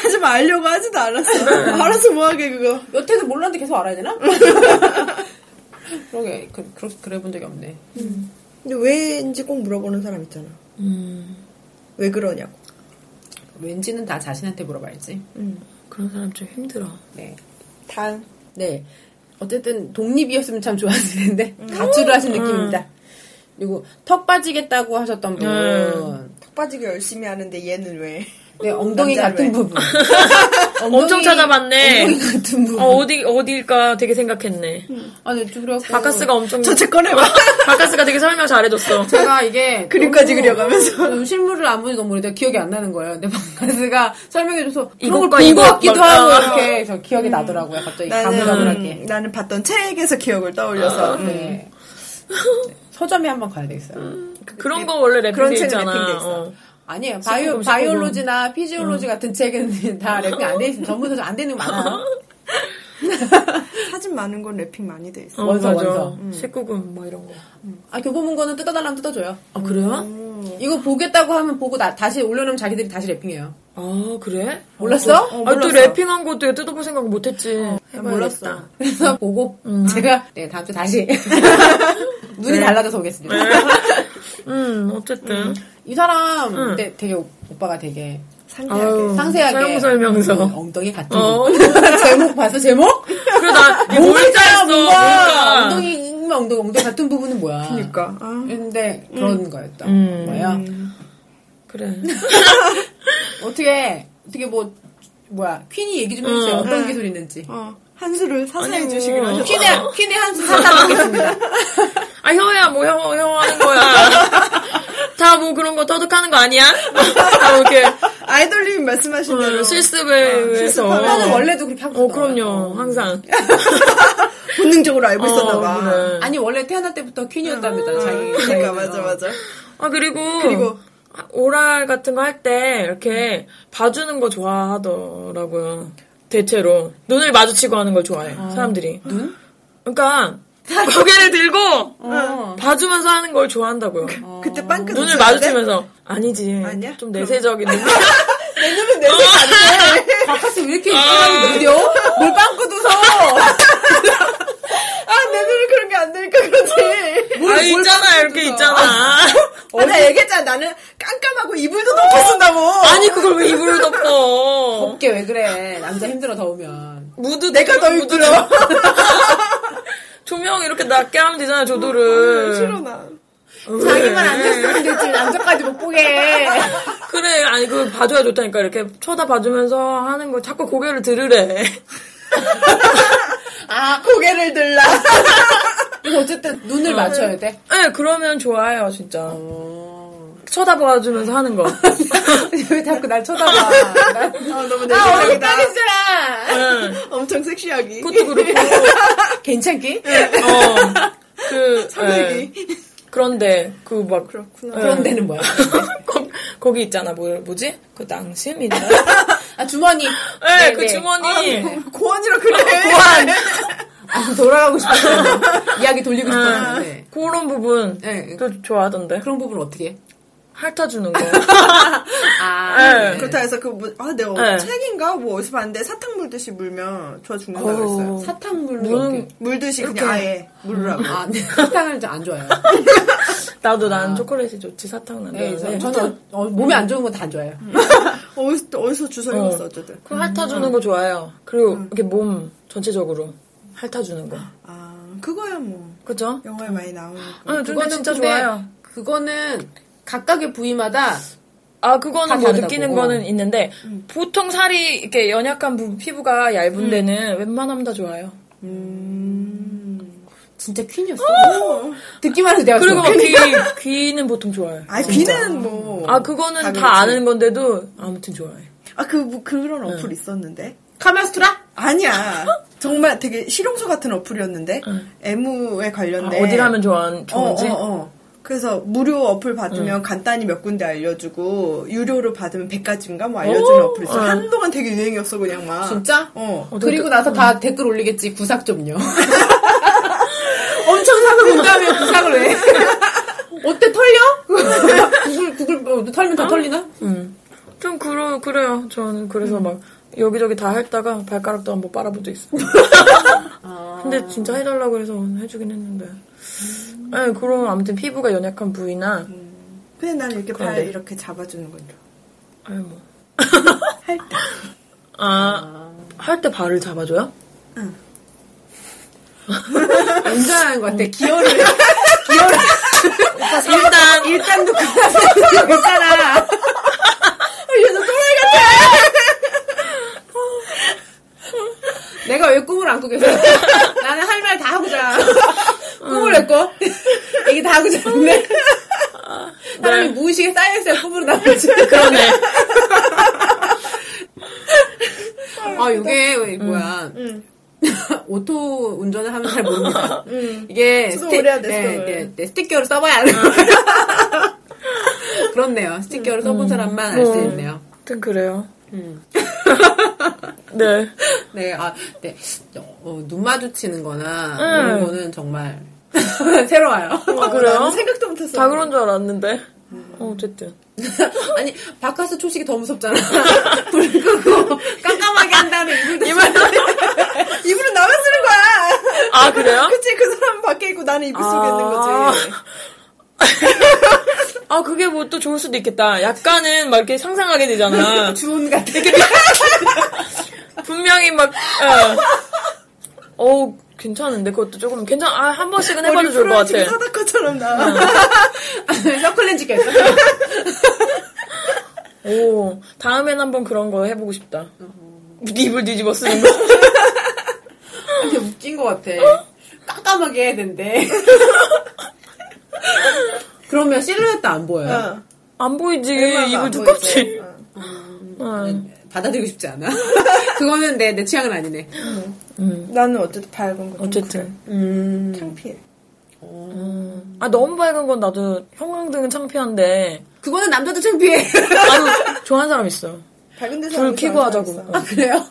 Speaker 2: 하지만 알려고 하지도 않았어 알아서 뭐하게 그거
Speaker 3: 여태도 몰랐는데 계속 알아야 되나? 그러게 그, 그, 그래 본 적이 없네.
Speaker 2: 근데 왜인지 꼭 물어보는 사람 있잖아
Speaker 1: 음,
Speaker 2: 왜 그러냐고
Speaker 3: 왠지는 다 자신한테 물어봐야지.
Speaker 2: 음.
Speaker 1: 그런 사람 좀 힘들어.
Speaker 3: 네.
Speaker 2: 다음
Speaker 3: 네. 어쨌든 독립이었으면 참 좋았을 텐데 가출을 하신 느낌입니다. 그리고 턱 빠지겠다고 하셨던 분,
Speaker 1: 음.
Speaker 2: 턱 빠지게 열심히 하는데 얘는 왜
Speaker 3: 네 엉덩이
Speaker 2: 남자를
Speaker 3: 같은
Speaker 2: 왜?
Speaker 3: 부분,
Speaker 1: 엄청 찾아봤네.
Speaker 3: 엉덩이 같은 부분.
Speaker 1: 어, 어디, 어딜까 되게 생각했네.
Speaker 3: 아니 그래갖고
Speaker 1: 바카스가 엄청.
Speaker 2: 저책 꺼내봐
Speaker 1: 바카스가 되게 설명 잘해줬어.
Speaker 3: 제가 이게
Speaker 2: 그림까지
Speaker 3: 너무
Speaker 2: 그려가면서.
Speaker 3: 음, 실물을 안 보니 너무 오래돼 기억이 안 나는 거예요. 근데 방가스가 설명해줘서 그런
Speaker 1: 이것과
Speaker 3: 걸 보고
Speaker 1: 이것
Speaker 3: 왔기도
Speaker 1: 같다.
Speaker 3: 하고 이렇게 저 기억이 아. 음. 나더라고요. 갑자기 가물가물하게.
Speaker 2: 나는 나는 봤던 책에서 기억을 떠올려서 음.
Speaker 3: 네. 서점에 한번 가야 되겠어요.
Speaker 1: 그런 거 원래
Speaker 2: 그런
Speaker 1: 랩핑돼
Speaker 2: 책은
Speaker 1: 있잖아.
Speaker 2: 랩핑돼 있어.
Speaker 1: 어.
Speaker 3: 아니에요.
Speaker 1: 식품,
Speaker 3: 바이오,
Speaker 1: 식품.
Speaker 3: 바이올로지나 피지올로지 같은 책은 다 랩핑 안 돼 있으면 전부 다안 되는 거 음. 많아.
Speaker 2: 사진 많은 건 랩핑 많이 돼 있어.
Speaker 1: 어,
Speaker 3: 원서,
Speaker 1: 맞아.
Speaker 3: 원서.
Speaker 1: 19금, 뭐 이런 거.
Speaker 3: 아, 교보문 거는 뜯어달라면 뜯어줘요.
Speaker 1: 아, 그래요?
Speaker 2: 음.
Speaker 3: 이거 보겠다고 하면 보고 나- 다시 올려놓으면 자기들이 다시 랩핑해요.
Speaker 1: 아, 그래?
Speaker 3: 몰랐어?
Speaker 1: 아, 또 랩핑한 거 되게 뜯어볼 생각 못 했지. 아,
Speaker 2: 몰랐어.
Speaker 1: 음.
Speaker 3: 그래서 보고 제가 네 다음 주 다시 눈이
Speaker 1: 네.
Speaker 3: 달라져서 오겠습니다.
Speaker 1: 음, 어쨌든.
Speaker 3: 이 사람
Speaker 1: 음. 어,
Speaker 3: 네, 되게 오- 오빠가 되게
Speaker 2: 상대하게.
Speaker 3: 상세하게
Speaker 1: 사용설명서.
Speaker 3: 음, 엉덩이 같은
Speaker 1: 어.
Speaker 3: 부분. 제목 봤어 제목?
Speaker 1: 그래, 나,
Speaker 3: 뭘까,
Speaker 1: 몰랐어.
Speaker 3: 뭔가 엉덩이 음, 엉덩이 엉덩이 같은 부분은 뭐야?
Speaker 2: 그러니까. 아.
Speaker 3: 근데 그런 거였던
Speaker 1: 음.
Speaker 3: 거예요.
Speaker 1: 그래.
Speaker 3: 어떻게 어떻게 뭐 뭐야 퀸이 얘기 좀 해주세요.
Speaker 1: 음.
Speaker 3: 어떤 기술이 있는지.
Speaker 2: 어, 한수를 사사해 주시기로
Speaker 1: 아니고.
Speaker 2: 하셨어.
Speaker 3: 퀸의 퀸의 한수
Speaker 1: 어.
Speaker 3: 사다 보겠습니다.
Speaker 1: 아, 혀야, 뭐, 혀, 혀 하는 거야. 다 뭐 그런 거 터득하는 거 아니야? 다 이렇게
Speaker 2: 아이돌님 말씀하신 대로
Speaker 1: 어, 실습에 해서.
Speaker 3: 나는 원래도 그렇게 하고
Speaker 1: 어,
Speaker 3: 싶다.
Speaker 1: 그럼요. 항상.
Speaker 2: 본능적으로 알고 있었나
Speaker 1: 어,
Speaker 2: 봐.
Speaker 1: 그래.
Speaker 3: 아니 원래 태어날 때부터 퀸이었답니다. 자기
Speaker 2: 그러니까
Speaker 3: 자기는.
Speaker 2: 맞아 맞아.
Speaker 1: 아 그리고
Speaker 2: 그리고-
Speaker 1: 아, 오랄 같은 거 할 때 이렇게 봐주는 거 좋아하더라고요. 대체로 눈을 마주치고 하는 걸 좋아해 사람들이. 눈? 그러니까 고개를 들고
Speaker 3: 어.
Speaker 1: 봐주면서 하는 걸 좋아한다고요.
Speaker 2: 그때 빵끝
Speaker 1: 눈을 마주치면서 아니지.
Speaker 2: 아니야?
Speaker 1: 좀 내세적인 눈.
Speaker 2: 내년은 내년 안 돼.
Speaker 3: 바깥에 왜 이렇게 일어나기 느려? 뭘 빵꾸 두서?
Speaker 2: 아, 내년은 그런 게 안 되니까 그렇지.
Speaker 1: 아 있잖아 이렇게 있잖아.
Speaker 2: 아, 내가 얘기했잖아. 나는 깜깜하고 이불도 덮어 쓴다고.
Speaker 1: 아니 그걸 왜 이불을 덮어?
Speaker 3: 덥게 왜 그래? 남자 힘들어 더우면.
Speaker 1: 무드
Speaker 2: 내가 더
Speaker 1: 무드
Speaker 2: 힘들어.
Speaker 1: 조명 이렇게 낮게 하면 되잖아 조도를.
Speaker 2: 싫어, 나.
Speaker 3: 자기만 안 됐으면 되지 남자까지 못 보게.
Speaker 1: 그래, 아니, 그 봐줘야 좋다니까. 이렇게 쳐다봐주면서 하는 거 자꾸 고개를 들으래.
Speaker 3: 아
Speaker 2: 고개를 들라.
Speaker 3: 이거 어쨌든 눈을 맞춰야 돼. 어.
Speaker 1: 네, 그러면 좋아요, 진짜. 쳐다봐주면서 하는 거.
Speaker 3: 왜 자꾸 날 쳐다봐? 나-
Speaker 2: 아, 너무 내
Speaker 3: 아 얼굴
Speaker 2: 생각이다.
Speaker 3: 까매지라.
Speaker 1: 응.
Speaker 2: 엄청 섹시하기.
Speaker 1: 네. 그것도 그렇고,
Speaker 3: 괜찮게?
Speaker 1: 어. 그,
Speaker 2: 삼색이.
Speaker 1: 예. 그런데, 그 막.
Speaker 2: 그렇구나.
Speaker 1: 예.
Speaker 3: 그런 데는 뭐야?
Speaker 1: 거, 거기 있잖아, 뭐, 뭐지? 그 낭심이나?
Speaker 3: 아 주머니.
Speaker 1: 네, 그 주머니.
Speaker 2: 어, 고원이라 그래.
Speaker 1: 보안!
Speaker 3: 아, 돌아가고 싶었어. 이야기 돌리고 싶었어. 네.
Speaker 1: 그런 부분.
Speaker 3: 네.
Speaker 1: 또 좋아하던데.
Speaker 3: 그런 부분 어떻게 해?
Speaker 1: 핥아주는 거.
Speaker 3: 아,
Speaker 1: 네.
Speaker 2: 그렇다 해서 그, 뭐, 아, 내가
Speaker 1: 네.
Speaker 2: 책인가? 뭐 어디서 봤는데 사탕 물듯이 물면 좋아 죽는다고 그랬어요.
Speaker 3: 사탕물로.
Speaker 1: 물은,
Speaker 3: 이렇게.
Speaker 2: 물듯이 그냥 아예 물으라고.
Speaker 3: 아, 네. 사탕을 좀 안 좋아해요.
Speaker 1: 나도 난 초콜릿이 좋지, 사탕은 안
Speaker 3: 네,
Speaker 1: 좋아하는데.
Speaker 3: 저는 어, 몸에 안 좋은 건 다 안 좋아해요.
Speaker 2: 음. 어디서, 어디서 주워 입었어, 어쨌든.
Speaker 1: 그 핥아주는 거 좋아요. 그리고 이렇게 몸 전체적으로 핥아주는 거.
Speaker 2: 아, 그거야 뭐.
Speaker 1: 그죠?
Speaker 2: 영화에 많이 나오니까.
Speaker 1: 응, 근데 진짜
Speaker 3: 근데
Speaker 1: 좋아요.
Speaker 3: 그거는 각각의 부위마다
Speaker 1: 아,
Speaker 3: 다
Speaker 1: 그거는 뭐
Speaker 3: 다르다고.
Speaker 1: 느끼는 거는 있는데, 보통 살이 이렇게 연약한 부, 피부가 얇은 데는 웬만하면 다 좋아요.
Speaker 3: 진짜 퀸이었어. 듣기만 해도 내가
Speaker 1: 그리고 막
Speaker 3: 좋아.
Speaker 1: 귀, 귀는 보통 좋아요.
Speaker 2: 아, 귀는 뭐.
Speaker 1: 그러니까. 아, 그거는 다,
Speaker 2: 그렇지.
Speaker 1: 아는 건데도 아무튼 좋아해.
Speaker 2: 아, 그, 뭐, 그런 어플 있었는데.
Speaker 3: 카메스트라?
Speaker 2: 아니야. 정말 되게 실용소 같은 어플이었는데. 애무에 관련된.
Speaker 1: 어딜 하면 좋아, 좋은지?
Speaker 2: 어, 어, 어. 그래서 무료 어플 받으면 간단히 몇 군데 알려주고 유료로 받으면 100가지인가 뭐 알려주는 어플 있어. 한동안 되게 유행이었어 그냥 막.
Speaker 3: 진짜?
Speaker 2: 어.
Speaker 3: 그리고 나서 다 댓글 올리겠지. 구삭 좀요. 엄청 사서 본다음에 구삭을 왜? 어때 털려? 구글 구글 어, 털면 다 털리나?
Speaker 1: 좀 그러, 그래요. 저는 그래서 막 여기저기 다 핥다가 발가락도 한번 빨아본 적 있어. 근데 진짜 해달라고 그래서 해주긴 했는데. 네, 그럼 아무튼 피부가 연약한 부위나,
Speaker 2: 근데 난 이렇게 발
Speaker 1: 그런데.
Speaker 2: 이렇게 잡아주는 건 좋아.
Speaker 1: 아유 뭐.
Speaker 2: 할 때.
Speaker 1: 아, 할 때 발을 잡아줘요?
Speaker 3: 인정하는 것 같아. 기어를
Speaker 1: 아, 일단,
Speaker 3: 아, 일단도 구삭을 했잖아. 얘는 또라이 같아. 내가 왜 꿈을 안 꾸겠어? 나는 할 말 다 하고 자. 꿈을 왜 꿔? 얘기 다 하고 자는데.
Speaker 2: 네.
Speaker 3: 사람이 무의식에 쌓여있어야 꿈으로 나오지.
Speaker 1: 그러네.
Speaker 3: 아, 이게, 왜,
Speaker 2: 음.
Speaker 3: 뭐야. 오토 운전을 하면 잘 모릅니다. 이게,
Speaker 2: 음. 수동을 해야 돼,
Speaker 3: 네,
Speaker 2: 수동을. 어.
Speaker 3: 네, 네, 스티커를 써봐야 하는 거예요. 어, 그렇네요. 스티커를 써본 사람만 알 수
Speaker 1: 음.
Speaker 3: 있네요.
Speaker 1: 아무튼 그래요. 네.
Speaker 3: 네, 아, 네. 어, 눈 마주치는 거나,
Speaker 1: 음.
Speaker 3: 이런 거는 정말, 새로워요.
Speaker 1: 아, 그래요?
Speaker 2: 나는 생각도 못했어.
Speaker 1: 다 그런 줄 알았는데. 어, 어쨌든.
Speaker 3: 아니, 바카스 초식이 더 무섭잖아. 불 끄고, 깜깜하게 한 다음에 이불도
Speaker 1: 이만
Speaker 2: 이불은 나만 쓰는 거야.
Speaker 1: 아, 그래요?
Speaker 2: 그치 그 사람 밖에 있고 나는 이불 속에 있는 거지.
Speaker 1: 아, 그게 뭐 또 좋을 수도 있겠다. 약간은 막 이렇게 상상하게 되잖아.
Speaker 3: 주운 같아.
Speaker 1: 분명히 막, 어. 어우, 괜찮은데, 그것도 조금, 괜찮, 아, 한 번씩은 해봐도 좋을 것
Speaker 2: 지금
Speaker 1: 같아.
Speaker 2: 사다커처럼 나.
Speaker 3: 아, 서클렌즈 깼어.
Speaker 1: 오, 다음엔 한번 그런 거 해보고 싶다. 입을 뒤집어 쓰는 거.
Speaker 3: 되게 웃긴 것 같아. 깜깜하게 해야 된대. 그러면 실루엣도 안 보여요.
Speaker 2: 어.
Speaker 1: 안 보이지,
Speaker 2: 얼마나
Speaker 1: 입을
Speaker 2: 안
Speaker 1: 두껍지. 아,
Speaker 2: 보이지? 어.
Speaker 1: 응.
Speaker 3: 네. 음. 받아들이고 싶지 않아. 그거는 내, 내 취향은 아니네.
Speaker 2: 나는 어쨌든 밝은 거. 좀
Speaker 1: 음, 어쨌든.
Speaker 3: 음,
Speaker 2: 그래. 창피해.
Speaker 1: 아, 너무 밝은 건 나도 형광등은 창피한데.
Speaker 3: 그거는 남자도 창피해.
Speaker 1: 나도 좋아하는 사람 있어.
Speaker 2: 밝은 데서
Speaker 1: 불
Speaker 2: 하는
Speaker 1: 켜고
Speaker 2: 사람
Speaker 3: 아,
Speaker 1: 하자고.
Speaker 2: 있어.
Speaker 1: 어,
Speaker 3: 그래요?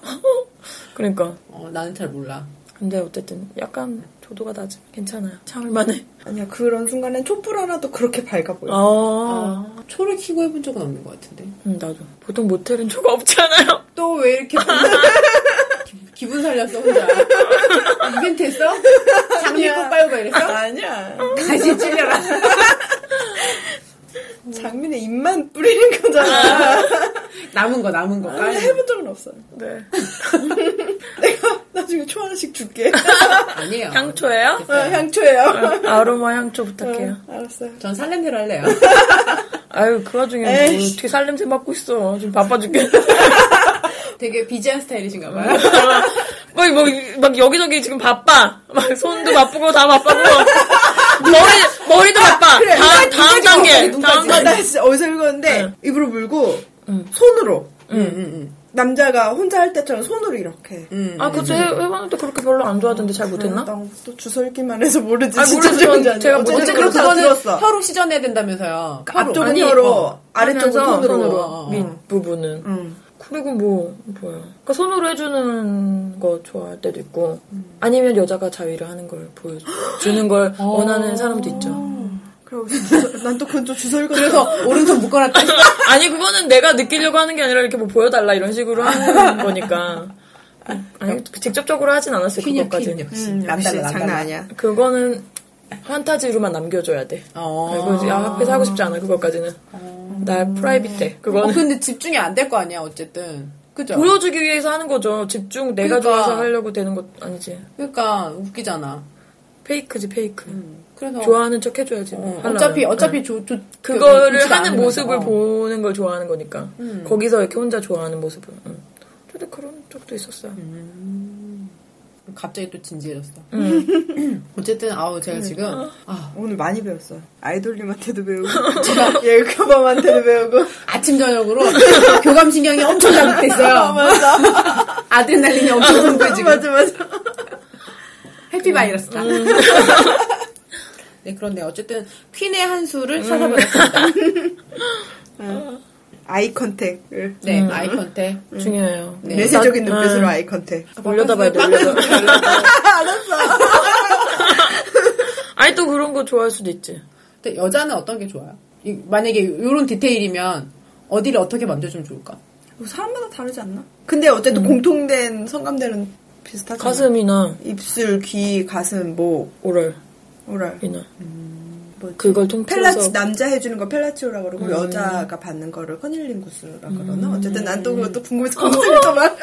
Speaker 1: 그러니까.
Speaker 3: 어, 나는 잘 몰라.
Speaker 1: 근데 어쨌든 약간 조도가 낮으 괜찮아요. 참을만해.
Speaker 2: 아니야 그런 순간엔 촛불 하나도 그렇게 밝아 보여.
Speaker 1: 아,
Speaker 3: 초를 키고 해본 적은 없는 것 같은데.
Speaker 1: 음, 나도 보통 모텔은 조가 없잖아요.
Speaker 3: 또 왜 이렇게 기- 기분 살렸어 혼자 아, 이벤트 했어? 장미꽃 빨고
Speaker 2: 그러니까
Speaker 3: 이랬어?
Speaker 2: 아니야.
Speaker 3: 가시 찔려라
Speaker 2: 장민의 입만 뿌리는 거잖아.
Speaker 3: 남은 거 남은 거 빨고
Speaker 2: 해본 적은 없어요.
Speaker 1: 네.
Speaker 2: 내가 나중에 초 하나씩 줄게.
Speaker 3: 아니에요
Speaker 1: 향초예요?
Speaker 2: 어, 향초예요.
Speaker 1: 아로마 향초 부탁해요.
Speaker 2: 알았어요.
Speaker 3: 전 살냄새로 할래요
Speaker 1: 아유 그 와중에 뭐
Speaker 2: 에이.
Speaker 1: 어떻게 살냄새 맡고 있어. 지금 바빠 죽겠네.
Speaker 3: 되게 비지한 스타일이신가 봐요
Speaker 1: 음. 뭐, 뭐, 막 여기저기 지금 바빠. 막 손도 바쁘고 다 바쁘고. 머리, 머리도 아, 바빠. 다음, 다음 단계. 다음
Speaker 2: 아, 나
Speaker 1: 단계.
Speaker 2: 진짜 어디서 읽었는데
Speaker 1: 응.
Speaker 2: 입으로 물고 손으로
Speaker 3: 응응응
Speaker 2: 남자가 혼자 할 때처럼 손으로 이렇게.
Speaker 1: 아, 그쵸. 해- 해봤는데 그렇게 별로 안 좋아하던데 잘 못했나?
Speaker 2: 나또 주워 읽기만 해서 모르지.
Speaker 1: 아,
Speaker 2: 진짜
Speaker 1: 모르죠.
Speaker 2: 뭔지 아니야.
Speaker 1: 제가
Speaker 2: 어쨌든
Speaker 1: 뭔지
Speaker 3: 어쨌든 아,
Speaker 1: 그렇다 그러니까
Speaker 2: 그렇다고
Speaker 3: 그거는
Speaker 2: 들었어.
Speaker 3: 혀로 씻어내야 된다면서요
Speaker 2: 그 앞쪽은
Speaker 1: 아니,
Speaker 2: 혀로,
Speaker 1: 어.
Speaker 2: 아래쪽은
Speaker 1: 하면서
Speaker 2: 손으로.
Speaker 3: 어.
Speaker 1: 밑부분은. 그리고 뭐, 뭐야. 그러니까 손으로 해주는 거 좋아할 때도 있고, 아니면 여자가 자위를 하는 걸 보여주는 걸 원하는 사람도 있죠.
Speaker 2: 그리고 주워- 난 또 그건 또 주워 읽었어.
Speaker 3: 그래서 오른손 묶어놨다
Speaker 1: 아니, 그거는 내가 느끼려고 하는 게 아니라 이렇게 뭐 보여달라 이런 식으로 하는 거니까. 아니, 직접적으로 하진 않았어요,
Speaker 3: 퀸이야
Speaker 1: 그것까지.
Speaker 3: 퀸 역시
Speaker 2: 음, 역시
Speaker 3: 남달라
Speaker 2: 장난
Speaker 3: 남달라
Speaker 2: 아니야.
Speaker 1: 그거는 판타지로만 남겨줘야 돼.
Speaker 3: 어.
Speaker 1: 그리고 이제 아, 앞에서 하고 싶지 않아 그것까지는. 나 프라이빗해.
Speaker 3: 어,
Speaker 1: 그거는
Speaker 3: 근데 집중이 안 될 거 아니야 어쨌든 그죠?
Speaker 1: 보여주기 위해서 하는 거죠. 집중 내가
Speaker 3: 그러니까.
Speaker 1: 좋아서 하려고 되는 것 아니지.
Speaker 3: 그러니까 웃기잖아
Speaker 1: 페이크지 페이크.
Speaker 3: 그래서
Speaker 1: 좋아하는 척 해줘야지.
Speaker 3: 음. 어,
Speaker 1: 하려면.
Speaker 3: 어차피
Speaker 1: 응.
Speaker 3: 어차피 조, 조,
Speaker 1: 그거를
Speaker 3: 좋지가
Speaker 1: 하는
Speaker 3: 않으면서.
Speaker 1: 모습을
Speaker 3: 어. 음.
Speaker 1: 보는 걸 좋아하는 거니까. 거기서 이렇게 혼자 좋아하는 모습을. 응. 저도 그런 적도 있었어요.
Speaker 3: 갑자기 또 진지해졌어.
Speaker 1: 음.
Speaker 3: 어쨌든 아우 제가 지금 아,
Speaker 2: 오늘 많이 배웠어요. 아이돌님한테도 배우고, 예유카밤한테도 배우고.
Speaker 3: 아침 저녁으로 교감 신경이 엄청 자극됐어요. 아드레날린이 음. 엄청 분배 지금.
Speaker 2: 맞아, 맞아.
Speaker 3: 해피 바이러스다. 네 그런데 어쨌든 퀸의 한 수를 찾아보았습니다.
Speaker 2: 아. 아이 컨택을.
Speaker 3: 네 아이 컨택.
Speaker 1: 중요해요.
Speaker 3: 네.
Speaker 2: 음. 내세적인 눈빛으로 아이 뭐. 아, 컨택.
Speaker 1: 올려다봐야 돼. 올려다. 아니 또 그런 거 좋아할 수도 있지.
Speaker 3: 근데 여자는 어떤 게 좋아요? 이- 만약에 이런 디테일이면 어디를 어떻게 만져주면 좋을까?
Speaker 2: 뭐 사람마다 다르지 않나? 음. 근데 어쨌든 공통된 성감대는 비슷하잖아.
Speaker 1: 가슴이나
Speaker 2: 입술, 귀, 가슴, 목,
Speaker 1: 오랄.
Speaker 2: 오랄.
Speaker 1: 이나 그걸 통틀어서
Speaker 2: 뭐 펠라치 남자 해주는 거 펠라치오라 그러고 여자가 받는 거를 커닐링구스라 그러나 어쨌든 난 또 그것도 궁금해서 검색도 막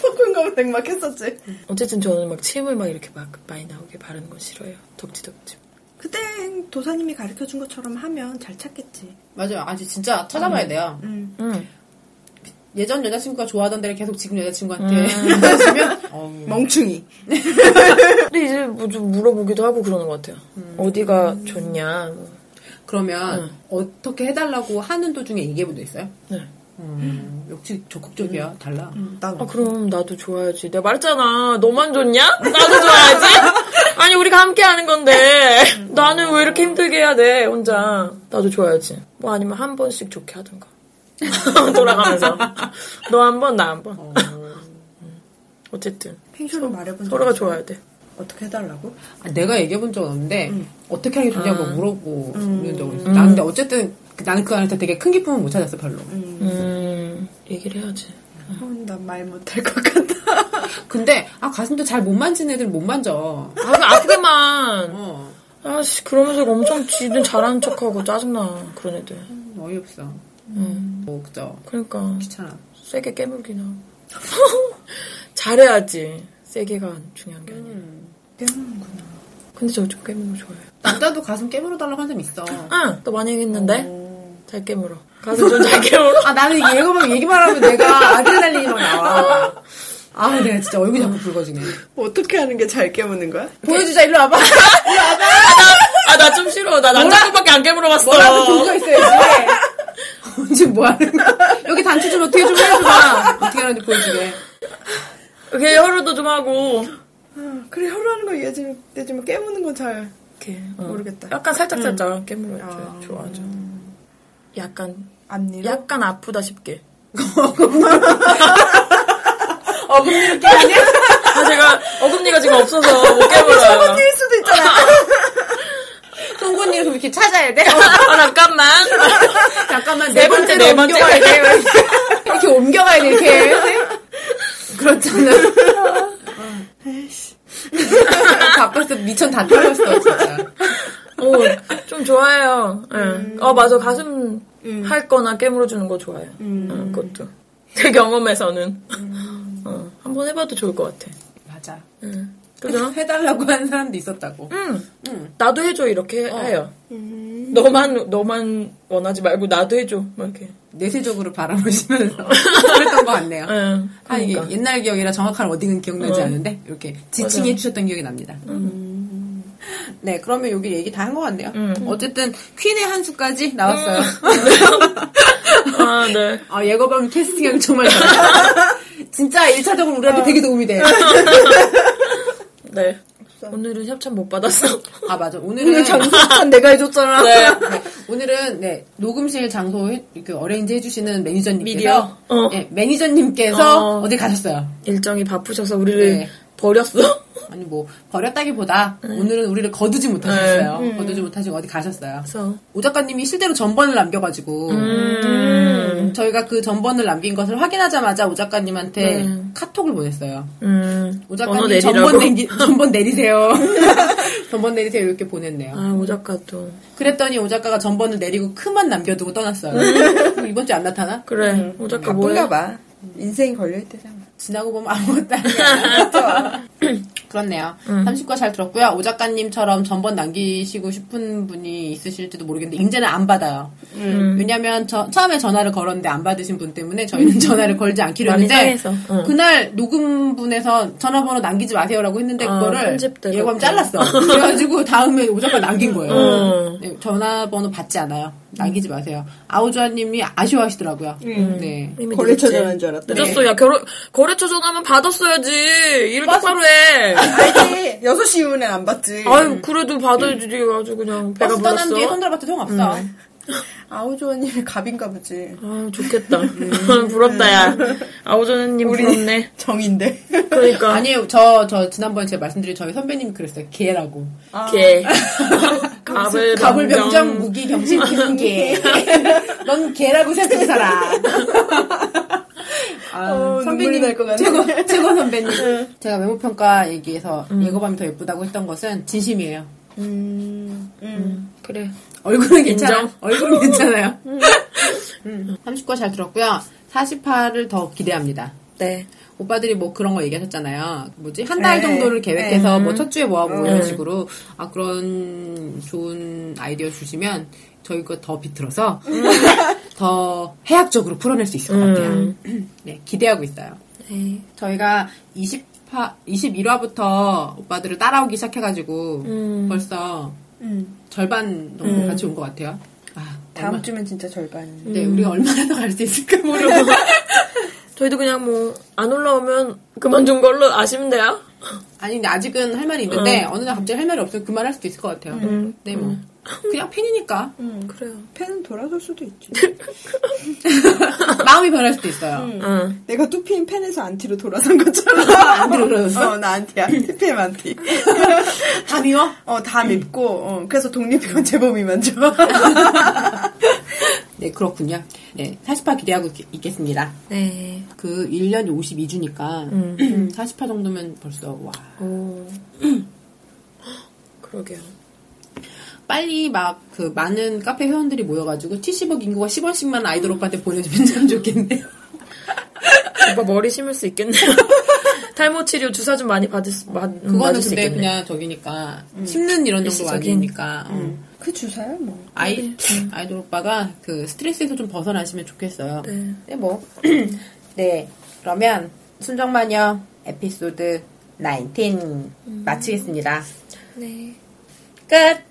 Speaker 2: 토큰 검색 막 했었지
Speaker 1: 어쨌든 저는 막 침을 막 이렇게 막 많이 나오게 바르는 건 싫어요. 덕지덕지.
Speaker 2: 그땐 도사님이 가르쳐 준 것처럼 하면 잘 찾겠지 음.
Speaker 3: 맞아요. 아직 진짜 찾아봐야 돼요.
Speaker 1: 응.
Speaker 3: 예전 여자친구가 좋아하던 데를 계속 지금 여자친구한테 만져주면 음. 어우,
Speaker 2: 멍충이
Speaker 1: 근데 이제 뭐 좀 물어보기도 하고 그러는 것 같아요.
Speaker 2: 음.
Speaker 1: 어디가 좋냐. 뭐.
Speaker 3: 그러면 어떻게 해달라고 하는 도중에 얘기해본적 있어요?
Speaker 1: 네.
Speaker 3: 음, 역시 적극적이야 달라
Speaker 1: 아 그럼 나도 좋아야지. 내가 말했잖아. 너만 좋냐? 나도 좋아야지. 아니 우리가 함께하는 건데 나는 왜 이렇게 힘들게 해야 돼 혼자. 나도 좋아야지. 뭐 아니면 한 번씩 좋게 하던가. 돌아가면서 너 한 번 나 한 번. 음. 어쨌든
Speaker 2: 팽쇼로 말해본
Speaker 1: 서로가
Speaker 2: 적
Speaker 1: 좋아야 돼.
Speaker 2: 어떻게 해달라고?
Speaker 3: 아, 내가 얘기해본 적은 없는데 어떻게 하는 게 좋냐고 물어보는 적은 있어 나 근데 어쨌든 그- 나는 그 안에서 되게 큰 기쁨은 못 찾았어 별로
Speaker 1: 음 얘기를 해야지.
Speaker 2: 음, 난말 못할 것 같다
Speaker 3: 근데 아 가슴도 잘 못 만지는 애들 못 만져
Speaker 1: 아, 그 아프게만.
Speaker 3: 어
Speaker 1: 아씨, 그러면서 엄청 지는 잘하는 척하고 짜증나, 그런 애들.
Speaker 3: 어이없어 뭐 그죠
Speaker 1: 그러니까,
Speaker 3: 귀찮아
Speaker 1: 세게 깨물기나. 잘해야지. 세게가 중요한 게 아니라. 근데 저 좀 깨물고 좋아해요.
Speaker 3: 남자도 가슴 깨물어 달라고 하는 사람 있어
Speaker 1: 아, 또 많이 얘기했는데? 잘 깨물어. 가슴 좀 잘 깨물어.
Speaker 3: 아 나는 얘기만 얘기만 하면 내가 아드레날린이 막 나와 아 내가 진짜 얼굴이 자꾸 붉어지네
Speaker 2: 어떻게 하는 게 잘 깨무는 거야?
Speaker 3: 보여주자 일로 와봐
Speaker 1: 아, 나 좀 싫어. 나 남자분밖에 안 깨물어 봤어.
Speaker 3: 뭐라도 종류가 있어야지. 지금 뭐 하는 거야? 여기 단추 좀 어떻게 좀 해줘봐. 어떻게 하는지 보여주게.
Speaker 1: 이렇게 혀로도 좀 하고.
Speaker 2: 아, 그래 혀로 하는 거 이해해주면 되지만 깨무는 건 잘 안
Speaker 1: 이렇게. 어.
Speaker 2: 모르겠다.
Speaker 1: 약간 살짝살짝 깨물어. 아... 좋아하죠. 약간,
Speaker 2: 밀어?
Speaker 1: 약간 아프다 싶게.
Speaker 3: 어금니를 깨
Speaker 1: 아, 제가 어금니가 지금 없어서 못 깨물어요.
Speaker 2: 일 수도 있잖아.
Speaker 3: 송곳니에서 이렇게 찾아야 돼?
Speaker 1: 아, 잠깐만.
Speaker 3: 잠깐만,
Speaker 1: 네
Speaker 3: 네
Speaker 1: 번째,
Speaker 3: 번째로
Speaker 1: 네 번째.
Speaker 3: 옮겨가야 돼. 이렇게 옮겨가야 돼, 이렇게. 그렇잖아. 바빠서 미천 다 떨렸어, 진짜.
Speaker 1: 오, 좀 좋아해요. 예. 어, 맞아. 가슴 할 거나 깨물어주는 거 좋아해요. 음, 그것도. 제 경험에서는. 어, 한번 해봐도 좋을 것 같아.
Speaker 3: 맞아.
Speaker 1: 음.
Speaker 3: 그죠? 해달라고 한 사람도 있었다고.
Speaker 1: 음, 어.
Speaker 3: 응.
Speaker 1: 나도 해줘. 이렇게 해요. 너만, 너만 원하지 말고 나도 해줘. 막 이렇게.
Speaker 3: 내세적으로 바라보시면서 그랬던 것 같네요.
Speaker 1: 예.
Speaker 3: 아, 이게 옛날 기억이라 정확한 워딩은 기억나지 않는데 이렇게 지칭해 주셨던 기억이 납니다. 네, 그러면 여기 얘기 다 한 것 같네요. 어쨌든 퀸의 한 수까지 나왔어요.
Speaker 1: 아, 네.
Speaker 3: 아, 예고밤 캐스팅하기 정말 잘했다. 진짜 1차적으로 우리한테 되게 도움이 돼요.
Speaker 1: 네. 오늘은 협찬 못 받았어.
Speaker 3: 아, 맞아. 오늘은
Speaker 5: 참 내가 해줬잖아.
Speaker 1: 네.
Speaker 3: 네, 오늘은 네, 녹음실 장소 해- 이렇게 어레인지 해주시는 매니저님께서
Speaker 1: 미디어? 어.
Speaker 3: 네, 매니저님께서
Speaker 1: 어.
Speaker 3: 어. 디 가셨어요.
Speaker 1: 일정이 바쁘셔서 우리를
Speaker 3: 네.
Speaker 1: 버렸어.
Speaker 3: 아니 뭐 버렸다기보다 오늘은 우리를 거두지 못하셨어요. 거두지 못하시고 어디 가셨어요.
Speaker 1: 그래서
Speaker 3: 오 작가님이 실제로 전번을 남겨가지고 음, 저희가 그 전번을 남긴 것을 확인하자마자 오 작가님한테 카톡을 보냈어요.
Speaker 1: 음,
Speaker 3: 오
Speaker 1: 번호
Speaker 3: 작가님
Speaker 1: 내리라고.
Speaker 3: 전번, 내기, 전번 내리세요. 전번 내리세요 이렇게 보냈네요.
Speaker 1: 아, 오작가 또.
Speaker 3: 그랬더니 오 작가가 전번을 내리고 크만 남겨두고 떠났어요.
Speaker 1: 음.
Speaker 3: 그럼 이번 주에 안 나타나?
Speaker 1: 그래, 오작가 뭐해?
Speaker 2: 바쁜가 봐. 인생이 걸려있대잖아.
Speaker 3: 지나고 보면 아무것도 아니야. 그렇네요.
Speaker 1: 음.
Speaker 3: 30과 잘 들었고요. 오 작가님처럼 전번 남기시고 싶은 분이 있으실지도 모르겠는데 이제는 안 받아요.
Speaker 1: 음.
Speaker 3: 음. 왜냐하면 저- 처음에 전화를 걸었는데 안 받으신 분 때문에 저희는 전화를 걸지
Speaker 1: 음.
Speaker 3: 않기로
Speaker 1: 많이
Speaker 3: 했는데
Speaker 1: 상해서, 어. 응.
Speaker 3: 그날 녹음분에서 전화번호 남기지 마세요라고 했는데
Speaker 1: 어,
Speaker 3: 그거를
Speaker 1: 편집돼서.
Speaker 3: 예고하면 잘랐어.
Speaker 1: 음.
Speaker 3: 그래가지고 다음에 오 작가 남긴 거예요.
Speaker 1: 어.
Speaker 3: 네, 전화번호 받지 않아요. 남기지 마세요. 아오주아님이 아쉬워하시더라고요.
Speaker 1: 음.
Speaker 3: 네.
Speaker 1: 이미
Speaker 2: 거래처
Speaker 1: 늦었지.
Speaker 2: 전화인 줄 알았다.
Speaker 1: 늦었어, 야, 결혼, 거래처 전화면 받았어야지. 일을 똑바로 해.
Speaker 2: 음. 아니, 6시 이후는 안 봤지.
Speaker 1: 아유, 그래도 받아야지. 아주 그냥 배가
Speaker 3: 버스 떠난
Speaker 1: 불렀어. 음.
Speaker 3: 뒤에 손들어봤자 소용없어.
Speaker 2: 아우조원님이 갑인가 보지.
Speaker 1: 아 좋겠다. 부럽다, 야. 아오전님 부럽네.
Speaker 2: 정인데.
Speaker 1: 그러니까.
Speaker 3: 아니에요. 저, 저, 지난번에 제가 말씀드린 저희 선배님이 그랬어요. 개라고.
Speaker 1: 개. 갑을,
Speaker 3: 갑을 병정,
Speaker 1: 병정.
Speaker 3: 무기, 병신, 기는 개. 넌 개라고 생각하고 살아. 아,
Speaker 2: 어, 눈물이 날것 같네.
Speaker 3: 최고, 최고 선배님. 네. 음. 제가 외모평가 얘기해서 예고밤이 더 예쁘다고 했던 것은 진심이에요.
Speaker 2: 음, 음.
Speaker 1: 그래.
Speaker 3: 얼굴은 괜찮아.
Speaker 1: 인정.
Speaker 3: 얼굴은 괜찮아요. 음, 30과 잘 들었고요. 48을 더 기대합니다.
Speaker 1: 네.
Speaker 3: 오빠들이 뭐 그런 거 얘기하셨잖아요. 뭐지? 한 달
Speaker 2: 네. 음.
Speaker 3: 정도를 계획해서 뭐 첫 주에 모아보고 이런 식으로. 아, 그런 좋은 아이디어 주시면 저희가 더 비틀어서
Speaker 2: 음.
Speaker 3: 더 해학적으로 풀어낼 수 있을 것 같아요.
Speaker 2: 음.
Speaker 3: 네, 기대하고 있어요.
Speaker 1: 네.
Speaker 3: 저희가 20화, 21화부터 오빠들을 따라오기 시작해가지고 벌써
Speaker 2: 음.
Speaker 3: 절반 정도 같이 온 것 같아요. 아,
Speaker 2: 다음
Speaker 3: 얼마-
Speaker 2: 주면 음. 진짜 절반.
Speaker 3: 네, 우리가 얼마나 더 갈 수 있을까 모르고.
Speaker 1: 저희도 그냥 뭐, 안 올라오면 그만둔 걸로 아쉽네요.
Speaker 3: 아니 근데 아직은 할 말이 있는데
Speaker 1: 음.
Speaker 3: 어. 느날 갑자기 할 말이 없으면 그만할 수도 있을 것 같아요. 네 뭐. 그냥 팬이니까
Speaker 2: 음,
Speaker 1: 그래요.
Speaker 2: 팬은 돌아설 수도 있지.
Speaker 3: 마음이 변할 수도 있어요.
Speaker 1: 응.
Speaker 2: 내가 뚜피인 팬에서 안티로 돌아선 것처럼.
Speaker 3: 안티로 돌아섰어?
Speaker 2: 어, 나 안티야. 뚜피엠 안티.
Speaker 3: 다 미워?
Speaker 2: 어, 다 밉고, 어, 그래서 독립이건 재범이만 줘.
Speaker 3: 네 그렇군요. 네 40화 기대하고 있- 있겠습니다.
Speaker 1: 네.
Speaker 3: 그 1년이 52주니까
Speaker 1: 음.
Speaker 3: 40화 정도면 벌써 와
Speaker 1: 오. 그러게요.
Speaker 3: 빨리 막 그 많은 카페 회원들이 모여가지고 70억 인구가 10원씩만 아이돌 오빠한테 보내주면 참 좋겠네요.
Speaker 1: 음, 오빠 뭐 머리 심을 수 있겠네요. 탈모 치료 주사 좀 많이 받을 수, 받, 음,
Speaker 3: 그거는
Speaker 1: 맞을 수
Speaker 3: 근데
Speaker 1: 있겠네. 음.
Speaker 3: 그냥 저기니까 심는 이런 정도가
Speaker 1: 일시적인. 음.
Speaker 3: 아니니까. 어.
Speaker 2: 그 주사야, 뭐.
Speaker 3: 아이, 음. 아이돌 오빠가 그 스트레스에서 좀 벗어나시면 좋겠어요.
Speaker 1: 네.
Speaker 3: 네, 뭐. 네. 그러면 순정마녀 에피소드 19 마치겠습니다.
Speaker 1: 네.
Speaker 3: 끝!